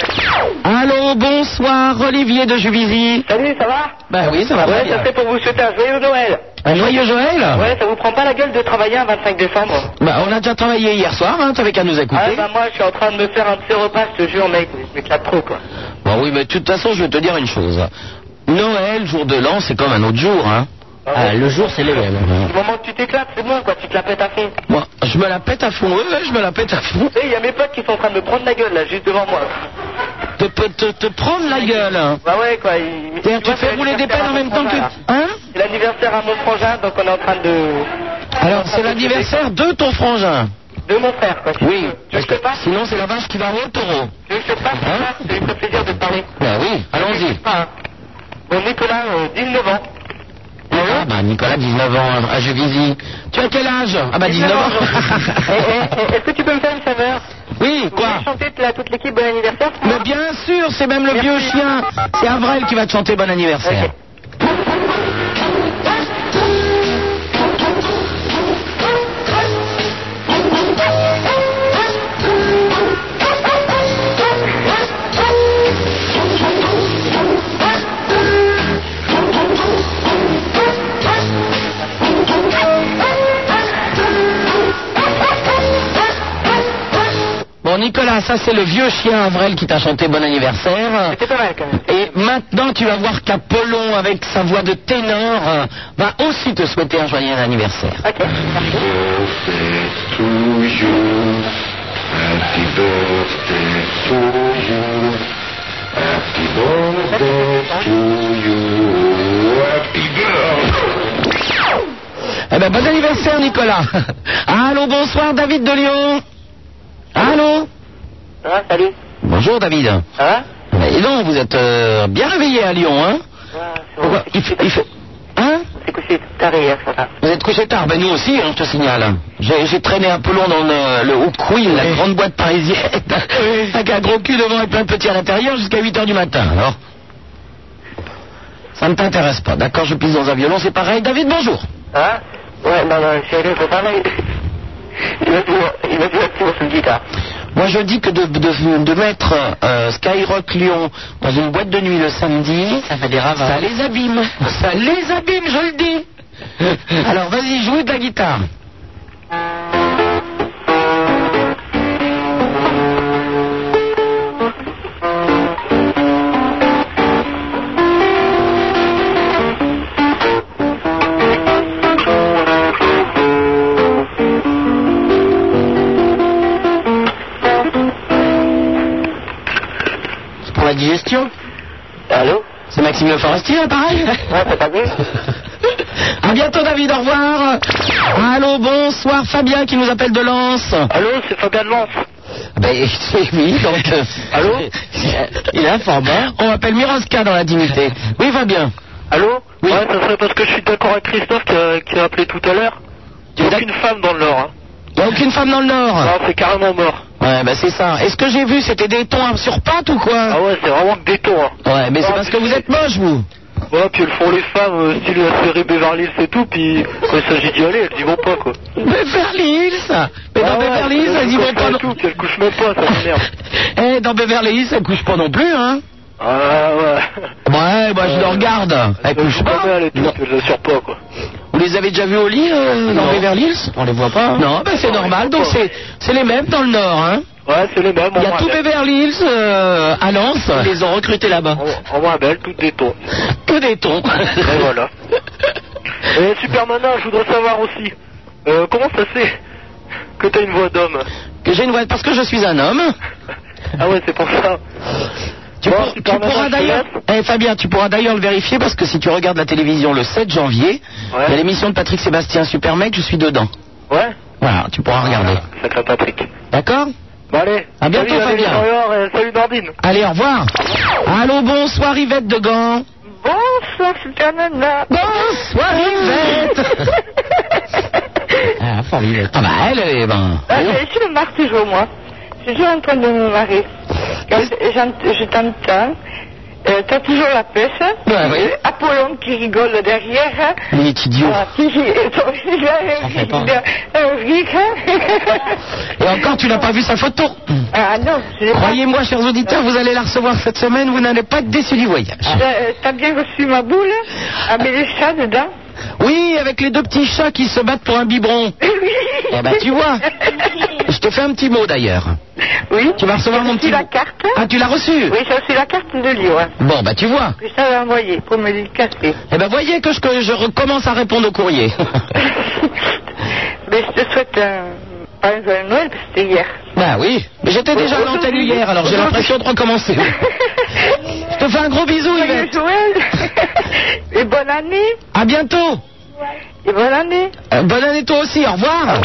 C: Allô, bonsoir, Olivier de Juvisy.
G: Salut, ça va
C: Bah oui, ça va très
G: Ouais,
C: bien. Ah
G: ça c'est pour vous souhaiter un joyeux Noël.
C: Un joyeux Joël
G: Ouais, ça vous prend pas la gueule de travailler un 25 décembre
C: Bah on a déjà travaillé hier soir, hein, t'avais qu'à nous écouter.
G: Ah, bah, moi, je suis en train de me faire un petit repas, je te jure, mec, mais je m'éclate trop, quoi.
C: Bah oui, mais de toute façon, je vais te dire une chose. Noël, jour de l'an, c'est comme un autre jour, hein.
G: Ah ouais.
C: Ah, le jour, c'est le même.
G: Du moment que tu t'éclates, c'est bon, quoi, tu te la pètes à fond.
C: Moi, je me la pète à fond, ouais, ouais, je me la pète à fond.
G: Eh, il y a mes potes qui sont en train de me prendre la gueule, là, juste devant moi.
C: Te, te, te, te prendre la gueule. hein.
G: Bah ouais, quoi. ils-
C: D'ailleurs,
G: vois,
C: tu fais
G: c'est
C: rouler des pelles en même temps que...
G: l'anniversaire à
C: Hein
G: Montfrangin. C'est l'anniversaire à Montfrangin, donc on est en train de... Ah,
C: Alors, c'est l'anniversaire de ton frangin.
G: De mon frère, quoi.
C: Oui.
G: Tu veux que je te passe
C: Sinon, c'est la vache qui va rouler le taureau.
G: Tu veux que je te passe
C: Hein
G: ça Ça lui fait plaisir de te parler.
C: Bah oui, allons-y.
G: Pas, hein. Bon, Nicolas, euh, 19 ans.
C: Ah bah Nicolas, 19 ans, à Juvisy. Tu as quel âge Ah bah 19
G: Eh, eh, eh,
C: ans.
G: Est-ce que tu peux me faire une faveur
C: oui,
G: Vous
C: quoi
G: voulez chanter là, toute l'équipe bon anniversaire
C: Mais bien sûr, c'est même le vieux chien. C'est Avril qui va te chanter bon anniversaire.
G: Ok.
C: Bon Nicolas, ça c'est le vieux chien Avril qui t'a chanté bon anniversaire.
G: C'était pas mal, quand même.
C: Et maintenant tu vas voir qu'Apollon avec sa voix de ténor euh, va aussi te souhaiter un joyeux anniversaire.
G: Ok, merci.
C: Eh ben bon anniversaire Nicolas. Allô, bonsoir David de Lyon. Allô
G: Ça va, salut.
C: Bonjour David.
G: Ça va
C: Mais non, vous êtes euh, bien réveillé à Lyon, hein
G: Ouais, c'est
C: Pourquoi
G: vrai.
C: il fait, il fait- Hein
G: C'est couché tard hier, ça va.
C: Vous êtes couché tard, ben nous aussi, hein, je te signale. J'ai j'ai traîné un peu long dans euh, le, le Hoop Queen, la grande boîte parisienne, avec un gros cul devant et plein de petits à l'intérieur jusqu'à 8h du matin, alors. Ça ne t'intéresse pas, d'accord, je pisse dans un violon, c'est pareil. David, bonjour.
G: Hein Ouais, non, non, je suis allé au travail. Il m'a dit, il m'a dit, tu vas sous guitare.
C: Moi, je dis que de, de- de mettre euh, Skyrock Lyon dans une boîte de nuit le samedi, ça fait des ravages. Ça les abîme. Ça les abîme, je le dis. Alors, vas-y, jouez de la guitare. C'est pour la digestion.
G: Allô
C: C'est Maxime Le Forestier, là, pareil.
G: Ouais, t'as pas vu
C: À bientôt, David, au revoir. Allô, bonsoir, Fabien qui nous appelle de Lens.
G: Allô, c'est Fabien de Lens.
C: Ah Ben, oui, donc. euh, Allô Il informe, hein On appelle Miroska dans la dignité. Oui, va bien.
G: Allô
C: Oui.
G: Ouais, ça serait parce que je suis d'accord avec Christophe qui a, qui a appelé tout à l'heure. Il n'y a aucune femme dans le Nord. Hein.
C: Il n'y a aucune femme dans le Nord
G: Non, c'est carrément mort.
C: Ouais, ben c'est ça. Est-ce que j'ai vu C'était des tons sur pattes ou quoi
G: Ah ouais, c'est vraiment que des tours. Hein.
C: Ouais, mais c'est
G: Ah,
C: parce
G: mais
C: que vous
G: c'est-
C: êtes moche, vous.
G: Voilà, puis elles font les femmes, euh, style la série Beverly Hills et tout, puis quand il s'agit d'y aller, elles y vont pas, quoi.
C: Beverly Hills Mais
G: Ah
C: dans
G: ouais,
C: Beverly Hills,
G: elles
C: elles y
G: couchent
C: vont pas. non-
G: Tout, puis elles couchent même pas, ça m'énerve.
C: Eh, dans Beverly Hills, elles couchent pas non plus, hein
G: Ah ouais.
C: Ouais, moi je le regarde. Elles
G: Elles
C: couchent
G: couchent pas
C: pas.
G: mal et tout,
C: Non.
G: puis elles assurent pas, quoi.
C: Vous les avez déjà vus au lit euh, dans
G: Non.
C: Beverly Hills On les voit pas. Non, ben c'est
G: Non,
C: normal.
G: ils sont
C: Donc
G: pas.
C: c'est c'est les mêmes dans le Nord, hein
G: Ouais, c'est les mêmes.
C: Il y a
G: moins
C: tout
G: belles.
C: Beverly Hills euh, à Lens. Ils les ont recrutés là-bas.
G: En- En moins belle, toutes des tons.
C: Que des tons.
G: Et voilà. Et Supermana, je voudrais savoir aussi, euh, comment ça se fait que t'as une voix d'homme
C: que j'ai une voix parce que je suis un homme.
G: Ah ouais, c'est pour ça.
C: Tu,
G: Bon,
C: pour- tu
G: Superman,
C: pourras
G: je te
C: d'ailleurs, Eh, Fabien, tu pourras d'ailleurs le vérifier parce que si tu regardes la télévision le 7 janvier,
G: Ouais.
C: il y a l'émission de Patrick Sébastien Supermec, je suis dedans.
G: Ouais
C: Voilà, tu pourras regarder.
G: Sacré Patrick.
C: D'accord
G: Bon allez,
C: À bientôt,
G: salut, Valérie
C: Fabien.
G: Dorior, et salut Nordine.
C: Allez, au revoir. Allô, bonsoir Yvette de Gand.
H: Bonsoir, Ah, Super Nana.
C: Bonsoir Yvette. ah, formidable. Ah bah elle, eh ben.
H: Ah, je suis le mardi jour, moi. Je suis toujours en train de me marrer. Quand j'ent- je t'entends, euh, t'as toujours la pêche. Euh,
C: Ouais, oui.
H: Apollon qui rigole derrière.
C: Il est idiot.
H: Ah, si, si, son visage,
C: Ça fait pas.
H: un rire.
C: Et encore, tu n'as pas vu sa photo.
H: ¿eh? Ah non, je l'ai pas.
C: Croyez-moi, chers auditeurs, vous allez la recevoir cette semaine, vous n'allez pas être déçus du voyage.
H: Euh, T'as bien reçu ma boule avec les chats dedans
C: Oui, avec les deux petits chats qui se battent pour un biberon. Eh ben, tu vois. Je te fais un petit mot d'ailleurs.
H: Oui.
C: Tu vas recevoir mon
H: J'ai
C: petit
H: reçu la
C: mot.
H: carte
C: Ah, tu l'as reçu
H: Oui, j'ai reçu la carte de Lyon. hein.
C: Bon, bah tu vois.
H: Que je t'avais envoyée pour me dédicacer.
C: Eh ben, voyez que je, que je recommence à répondre au courrier.
H: Mais je te souhaite un... Pas un joyeux Noël, parce que c'était hier.
C: bah oui. Mais j'étais déjà à l'antenne hier, alors j'ai l'impression de recommencer. Je te fais un gros bisou,
H: Joyeux
C: Yvette.
H: Noël Et bonne année
C: À bientôt.
H: Et bonne année
C: Euh, bonne année toi aussi, au revoir.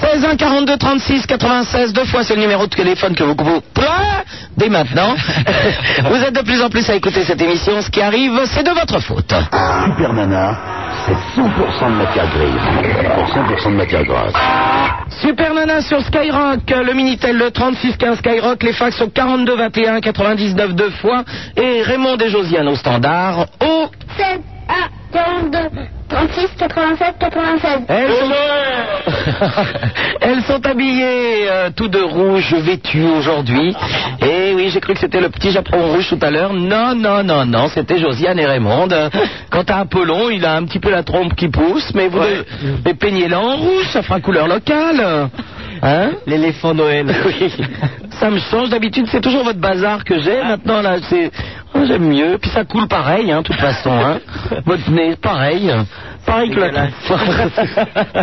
C: 16 1 42 36 96, deux fois c'est le numéro de téléphone que vous pouvez Ah dès maintenant. vous êtes de plus en plus à écouter cette émission, ce qui arrive, c'est de votre faute.
B: Super Nana, c'est 100% de matière grise pour 100% de matière grasse.
C: Super Nana sur Skyrock, le Minitel le 3615 Skyrock, les fax au 42 21 99 deux fois et Raymond et Josiane au standard au
F: 7 à 42, 36, 87, 96.
C: Elles sont, Elles sont habillées euh, tous de rouge vêtues aujourd'hui. Et oui, j'ai cru que c'était le petit chaperon rouge tout à l'heure. Non, non, non, non, c'était Josiane et Raymond. Euh, Quant à Apollon, il a un petit peu la trompe qui pousse, mais vous
G: Ouais.
C: devez- mais peignez-la en rouge, ça fera couleur locale. Hein L'éléphant Noël. Oui. Ça me change. D'habitude, c'est toujours votre bazar que j'ai. Maintenant, là, c'est. oh, J'aime mieux. Puis ça coule pareil, hein, de toute façon. Hein. votre nez, pareil. Pareil que la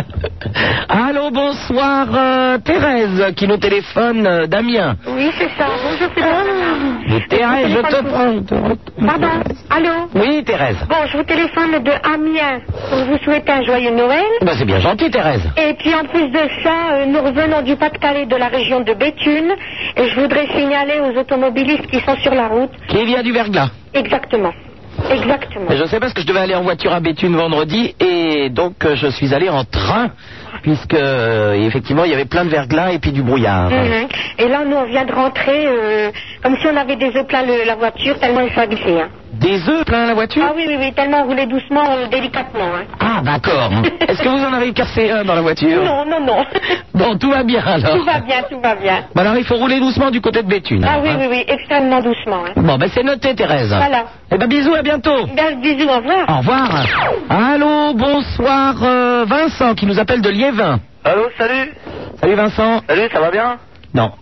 C: Allô, bonsoir, euh, Thérèse, qui nous téléphone, euh, Damien.
H: Oui, c'est ça. Bonjour, c'est
C: Eh
H: Eh, Nana.
C: Thérèse, je te prends.
F: Pardon, allô
C: Oui, Thérèse.
F: Bon, je vous téléphone de Amiens pour vous souhaiter un joyeux Noël.
C: Bah, c'est bien gentil, Thérèse.
F: Et puis en plus de ça, euh, nous revenons du Pas-de-Calais de la région de Béthune. Et je voudrais signaler aux automobilistes qui sont sur la route.
C: Qu'il y a du verglas.
F: Exactement. Exactement.
C: Je sais parce que je devais aller en voiture à Béthune vendredi et donc euh, je suis allé en train puisque euh, effectivement il y avait plein de verglas et puis du brouillard.
F: Mhm. Et là, nous, on vient de rentrer euh, comme si on avait des œufs plein le- la voiture, tellement il faut glisser. Hein.
C: Des œufs plein la voiture
F: Ah oui, oui, oui, tellement on roulait doucement, euh, délicatement. Hein.
C: Ah, d'accord. Est-ce que vous en avez cassé un dans la voiture
F: Non, non, non.
C: Bon, tout va bien alors.
F: tout va bien, tout va bien.
C: Bah, alors il faut rouler doucement du côté de Béthune.
F: Ah
C: alors,
F: oui,
C: hein.
F: oui, oui, extrêmement doucement. Hein.
C: Bon, ben c'est noté Thérèse.
F: Voilà.
C: Eh ben bisous, à bientôt.
F: Bien, bisous, au revoir.
C: Au revoir. Allô, bonsoir euh, Vincent qui nous appelle de Liévin.
G: Allô, salut
C: Salut Vincent.
G: Salut, ça va bien
C: Non.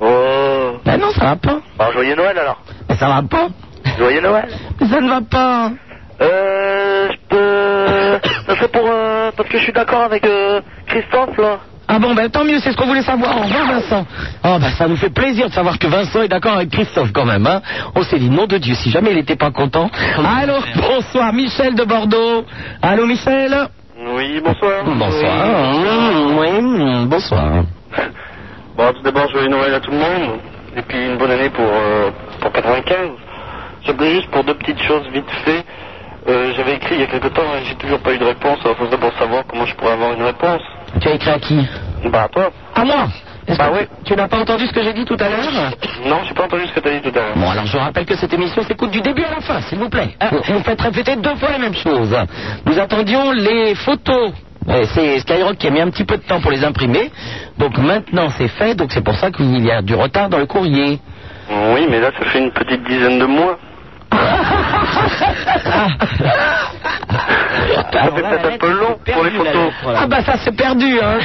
G: Oh,
C: Ben non, ça va pas.
G: bah, joyeux Noël alors
C: Ben, ça va pas.
G: Joyeux Noël
C: Mais Ça ne va pas.
G: Euh, je peux... Ça serait pour... euh, parce que je suis d'accord avec euh, Christophe, là.
C: Ah bon, ben tant mieux, c'est ce qu'on voulait savoir. Au revoir, Vincent. Oh, ben ça nous fait plaisir de savoir que Vincent est d'accord avec Christophe quand même. Hein. On s'est dit, nom de Dieu, si jamais il n'était pas content. Allô, bonsoir, Michel de Bordeaux. Allô, Michel
G: Oui, bonsoir.
C: Bonsoir. Oui, bonsoir.
G: Bon,
E: Bon, tout d'abord, joyeux Noël à tout le monde. Et puis une bonne année pour, euh, pour 95. J'appelais juste pour deux petites choses vite fait. Euh, J'avais écrit il y a quelque temps et j'ai toujours pas eu de réponse. Alors, faudrait pour savoir comment je pourrais avoir une réponse.
C: Tu as écrit à qui
E: Bah, à toi.
C: À Ah, moi Est-ce
E: Bah
C: que
E: oui.
C: Tu n'as pas entendu ce que j'ai dit tout à l'heure
E: Non, j'ai pas entendu ce que t'as dit tout à l'heure.
C: Bon, alors je rappelle que cette émission s'écoute du début à la fin, s'il vous plaît. Hein, Vous faites répéter deux fois la même chose. Nous attendions les photos. Ouais, C'est Skyrock qui a mis un petit peu de temps pour les imprimer. Donc maintenant c'est fait, donc c'est pour ça qu'il y a du retard dans le courrier.
E: Oui, mais là, ça fait une petite dizaine de mois. ça fait peut-être un peu long pour les photos.
C: Ah bah ça c'est perdu, hein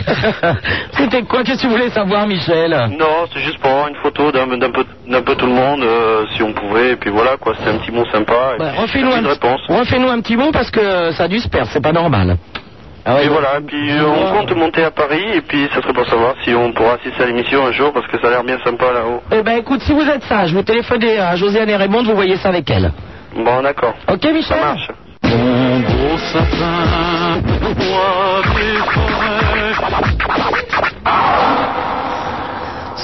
C: C'était quoi Qu'est-ce que tu voulais savoir, Michel
E: Non, c'est juste pour avoir une photo d'un d'un peu, d'un peu tout le monde, euh, si on pouvait. Et puis voilà, quoi, c'était un petit mot sympa. Et
C: Bah,
E: puis,
C: Refais-nous
E: j'ai
C: un,
E: une réponse.
C: petit- refais-nous un petit mot parce que ça a dû se perdre, c'est pas normal. Ah ouais,
E: et
C: donc-
E: voilà, puis euh, on compte monter à Paris. Et puis ça serait pour savoir si on pourra assister à l'émission un jour, parce que ça a l'air bien sympa là-haut.
C: Eh ben écoute, si vous êtes sage, vous téléphonez à Josiane et Raymond, vous voyez ça avec elle.
E: Bon, d'accord.
C: Ok
E: Ça
C: Michel
E: marche.
L: Mon beau sapin, roi des forêts.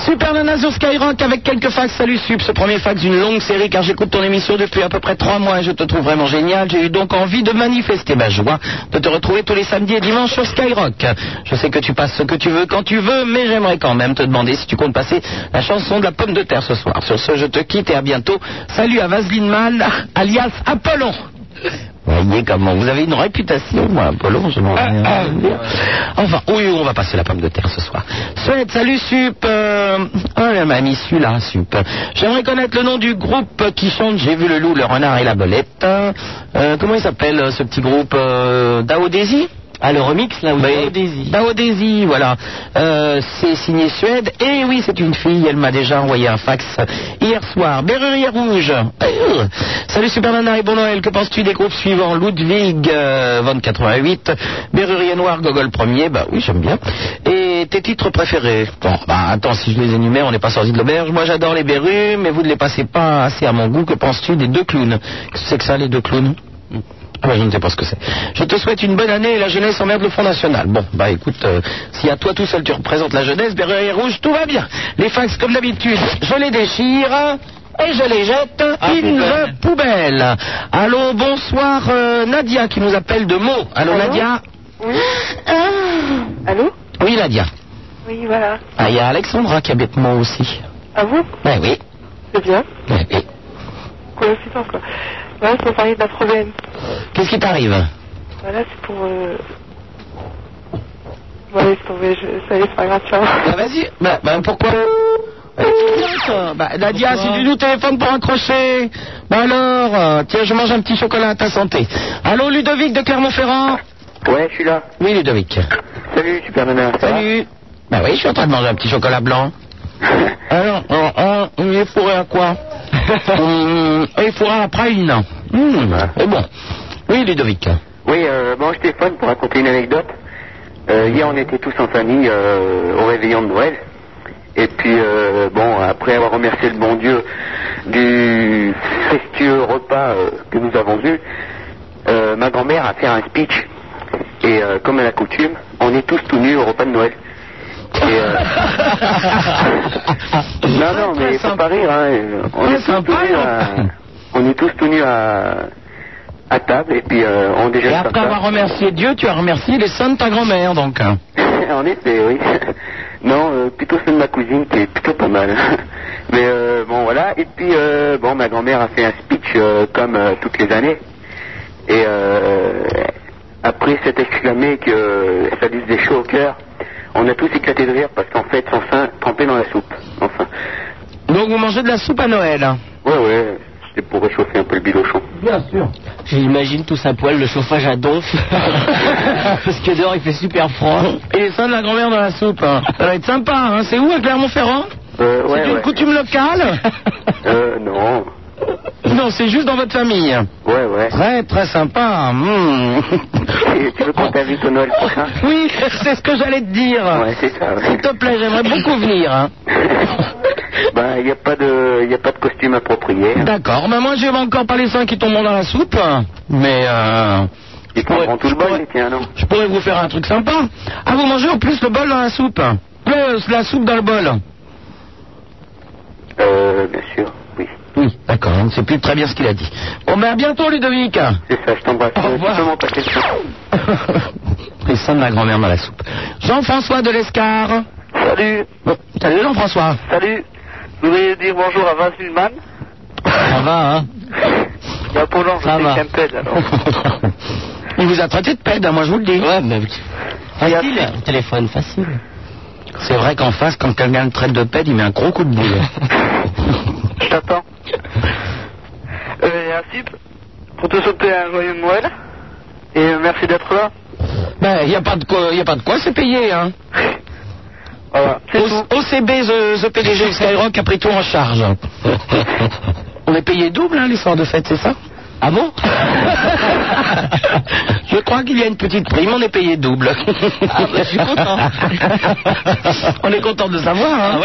C: Super Nana sur Skyrock avec quelques fax. Salut Sup, ce premier fax d'une longue série car j'écoute ton émission depuis à peu près trois mois et je te trouve vraiment génial. J'ai eu donc envie de manifester ma joie de te retrouver tous les samedis et dimanches sur Skyrock. Je sais que tu passes ce que tu veux quand tu veux, mais j'aimerais quand même te demander si tu comptes passer la chanson de la pomme de terre ce soir. Sur ce, je te quitte et à bientôt. Salut à Vaseline Man, alias Apollon. Voyez comment vous avez une réputation, moi, Apollon, je m'en vais. Enfin, oui, on va passer la pomme de terre ce soir. Suède, salut Sup. Euh, Oh, elle m'a mis celui-là, Sup. J'aimerais connaître le nom du groupe qui chante J'ai vu le loup, le renard et la belette. Euh, comment il s'appelle euh, ce petit groupe euh, Dao Daisy ah, le remix, là, où Dao Daisy. Dao Daisy, Bah, voilà. Euh, c'est signé Suède. Et oui, c'est une fille, elle m'a déjà envoyé un fax hier soir. Berrurier Rouge. Euh, Salut Super Nana et bon Noël. Que penses-tu des groupes suivants Ludwig, euh, 2088. Berrurier Noir, Gogol Premier. Bah oui, j'aime bien. Et tes titres préférés Bon, bah attends, si je les énumère, on n'est pas sorti de l'auberge. Moi, j'adore les Berrues, mais vous ne les passez pas assez à mon goût. Que penses-tu des deux clowns Qu'est-ce que c'est que ça, les deux clowns ah ben, je ne sais pas ce que c'est. Je te souhaite une bonne année et la jeunesse emmerde le Front National. Bon, bah écoute, euh, si à toi tout seul tu représentes la jeunesse, béret et rouge, tout va bien. Les fax, comme d'habitude, je les déchire et je les jette in the poubelle. Allô, bonsoir euh, Nadia qui nous appelle de mots. Allô, Nadia
G: Ah. Allô
C: Oui, Nadia.
G: Oui, voilà.
C: Ah, il y a Alexandra qui habite Meaux aussi.
G: À vous
C: Ben oui,
G: C'est bien.
C: ben oui.
G: Coïncident, quoi. Voilà, c'est pour parler d'un problème.
C: Qu'est-ce qui t'arrive
G: Voilà, c'est pour... Euh... Bon, laisse tomber, je... ça y est, c'est pas grave, ciao.
C: Bah vas-y, bah, bah, pourquoi Euh, tiens, bah, Nadia, si tu nous téléphones pour accrocher, bah alors, euh, tiens, je mange un petit chocolat à ta santé. Allô, Ludovic de Clermont-Ferrand
B: Ouais, je suis là.
C: Oui, Ludovic.
B: Salut, super nana. ça va
C: Salut. Bah oui, je suis en train de manger un petit chocolat blanc. Alors, euh, euh, il est fourré à quoi Hum, Il est fourré à la praline. Hum, c'est bon. Oui, Ludovic.
B: Oui, euh, bon, je téléphone pour raconter une anecdote. Euh, hier, on était tous en famille euh, au réveillon de Noël. Et puis, euh, bon, après avoir remercié le bon Dieu du festueux repas euh, que nous avons eu, euh, ma grand-mère a fait un speech. Et euh, comme à la coutume, on est tous tout nus au repas de Noël. Et, euh, non, non, mais faut pas rire. Hein. On,
C: Très
B: est tous
C: sympa,
B: tout nus à...
C: hein.
B: on est tous tout nus à, à table et puis euh, on déjeune
C: Et
B: comme
C: après
B: ça.
C: avoir remercié Dieu, tu as remercié les sons de ta grand-mère, donc. hein.
B: en effet, oui. Non, euh, plutôt celle de ma cousine qui est plutôt pas mal. Mais euh, bon, voilà. Et puis, euh, bon, ma grand-mère a fait un speech euh, comme euh, toutes les années. Et euh, après s'être exclamé que euh, ça lui faisait chaud au cœur, on a tous éclaté de rire parce qu'en fait, son sein trempait dans la soupe. Enfin,
C: Donc vous mangez de la soupe à Noël.
B: ouais, ouais, c'était pour réchauffer un peu le bilochon.
C: Bien sûr.
M: J'imagine tous à poil, le chauffage à donf. Parce que dehors il fait super froid.
C: Et les seins de la grand-mère dans la soupe. hein. Ça va être sympa, hein. C'est où à Clermont-Ferrand
B: Euh, ouais,
C: C'est une
B: ouais.
C: coutume locale
B: Euh, non.
C: Non, c'est juste dans votre famille.
B: Ouais, ouais.
C: Très, très sympa. hmm.
B: Et tu veux qu'on t'invite au Noël prochain
C: Oui, c'est ce que j'allais te dire.
B: Ouais, c'est ça. ouais.
C: S'il te plaît, j'aimerais beaucoup venir. hein.
B: ben, il n'y a pas de, y a pas de costume approprié.
C: D'accord, mais moi je vais encore pas les seins qui tomberont dans la soupe. Mais euh,
B: Ils
C: pourrais-
B: prendront tout le
C: je pourrais-
B: bol, tiens, non
C: je pourrais vous faire un truc sympa. Ah, vous mangez en plus le bol dans la soupe. plein la soupe dans le bol
B: Euh, bien sûr, oui.
C: Oui, d'accord, on ne sait plus très bien ce qu'il a dit. Bon, mais à bientôt, Ludovic
B: C'est ça, je t'embrasse.
C: Au
B: Je vais
C: revoir.
B: simplement passer le temps.
C: Les sons de la grand-mère dans la soupe. Jean-François de l'Escar.
G: Salut,
C: Bon, salut Jean-François.
G: salut. Je voulais dire bonjour à Vince Ullman.
C: Ça va, hein
G: Bah, pour l'an, je
C: Ça
G: sais
C: va.
G: que ça me pèse, alors.
C: Il vous a traité de pède, hein, moi je vous le dis. Ah,
N: Ouais, mais
C: Facile.
N: téléphone facile.
C: C'est vrai qu'en face, quand quelqu'un le traite de pède, il met un gros coup de boule.
G: Je t'attends. Euh, et un sip pour te souhaiter un joyeux Noël. Et euh, merci d'être là.
C: ben, il n'y a pas de quoi, il a pas de quoi, c'est payé, hein.
G: Voilà, c'est
C: O-
G: tout.
C: OCB, the, the PDG de Skyrock a pris tout en charge. On est payé double, hein, les soirs de fête, c'est ça Ah bon Je crois qu'il y a une petite prime, on est payé double. Ah,
N: ben, je suis content.
C: on est content de savoir, hein.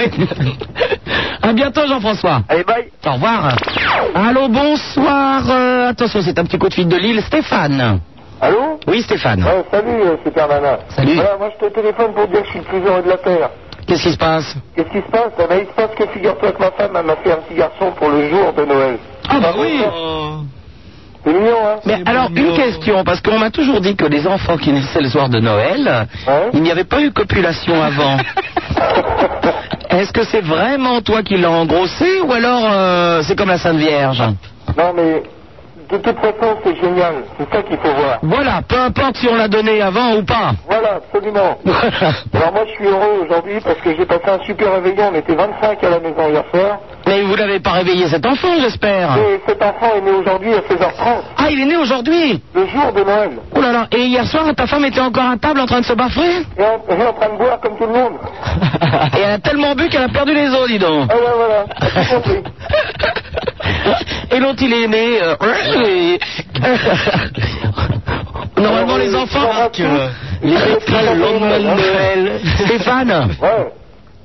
C: À bientôt, Jean-François.
G: Allez, bye.
C: Au revoir. Allô, bonsoir. Euh, attention, c'est un petit coup de fil de Lille. Stéphane.
G: Allô
C: Oui, Stéphane.
G: Ouais, salut, euh, Super Nana.
C: Salut.
G: Voilà, moi, je te téléphone pour dire que je suis le plus heureux de la Terre.
C: Qu'est-ce qui se passe
G: Qu'est-ce qui se passe Eh ben, Il se passe que figure-toi que ma femme elle m'a fait un petit garçon pour le jour de Noël.
C: Ah, bah oui.
G: C'est mignon, hein
C: Mais alors, une question, parce qu'on m'a toujours dit que les enfants qui naissaient le soir de Noël,
G: Ouais.
C: il n'y avait pas eu copulation avant.
G: hein
C: Est-ce que c'est vraiment toi qui l'as engrossé ou alors euh, c'est comme la Sainte Vierge
G: Non, mais de toute façon, c'est génial. C'est ça qu'il faut voir.
C: Voilà, peu importe si on l'a donné avant ou pas.
G: Voilà, absolument.
C: Voilà.
G: Alors moi je suis heureux aujourd'hui parce que j'ai passé un super réveillon, on était 25 à la maison hier soir,
C: Mais vous n'avez pas réveillé cet enfant, j'espère.
G: et cet enfant est né aujourd'hui à 16h30,
C: Ah, il est né aujourd'hui
G: le jour de Noël,
C: Oh là là, et hier soir, ta femme était encore à table en train de se baffrer
G: et en, et en train de boire comme tout le monde.
C: Et elle a tellement bu qu'elle a perdu les os, dis donc.
G: Ah ouais, voilà, t'as tout compris.
C: Et l'autre, il est né. euh, et- Normalement, les enfants. euh,
G: Ah, que-
C: Les étoiles lendemain de Noël. Stéphane,
G: Ouais,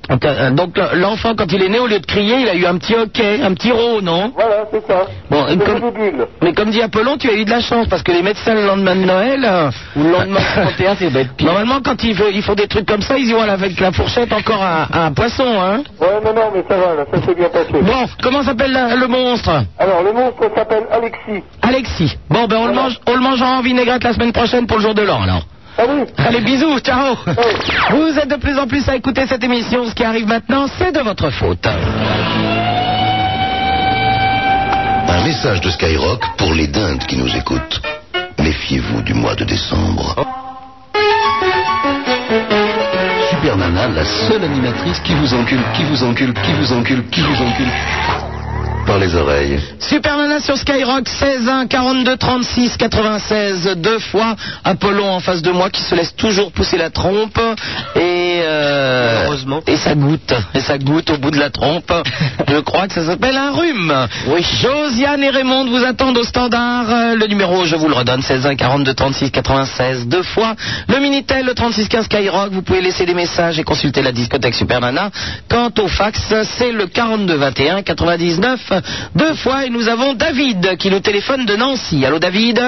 C: donc, euh, donc l'enfant, quand il est né, au lieu de crier, il a eu un petit hockey, un petit ro, non
G: voilà, c'est ça.
C: Bon, et
G: C'est
C: comme-
G: des bulles.
C: mais comme dit Apollon, tu as eu de la chance parce que les médecins le lendemain de Noël euh, ou le lendemain du 31, c'est bête. Normalement, quand ils, veulent- ils font des trucs comme ça, ils y vont avec la fourchette encore à, à un poisson, hein.
G: Ouais, non, non, mais ça va, là, ça s'est bien passé.
C: Bon, comment s'appelle la- le monstre
G: Alors, le monstre s'appelle Alexis.
C: Alexis. Bon, ben on le mange, on le mangera en vinaigrette la semaine prochaine pour le jour de l'an, alors.
G: Salut
C: Allez, bisous, ciao Vous êtes de plus en plus à écouter cette émission. Ce qui arrive maintenant, c'est de votre faute.
O: Un message de Skyrock pour les dindes qui nous écoutent. Méfiez-vous du mois de décembre. Super Nana, la seule animatrice qui vous encule, qui vous encule, qui vous encule, qui vous encule. Par les oreilles.
C: Super Nana sur Skyrock, 16 1 42 36 96 deux fois. Apollon en face de moi qui se laisse toujours pousser la trompe et euh,
N: Malheureusement.
C: et ça goûte et ça goûte au bout de la trompe. Je crois que ça s'appelle un rhume. Oui. Josiane et Raymond vous attendent au standard. Euh, Le numéro, je vous le redonne, 16 1 42 36 96 deux fois. Le minitel, le 36 15 Skyrock. Vous pouvez laisser des messages et consulter la discothèque Super Nana. Quant au fax, c'est le 42 21 99 deux fois. Et nous avons David qui nous téléphone de Nancy. Allô David.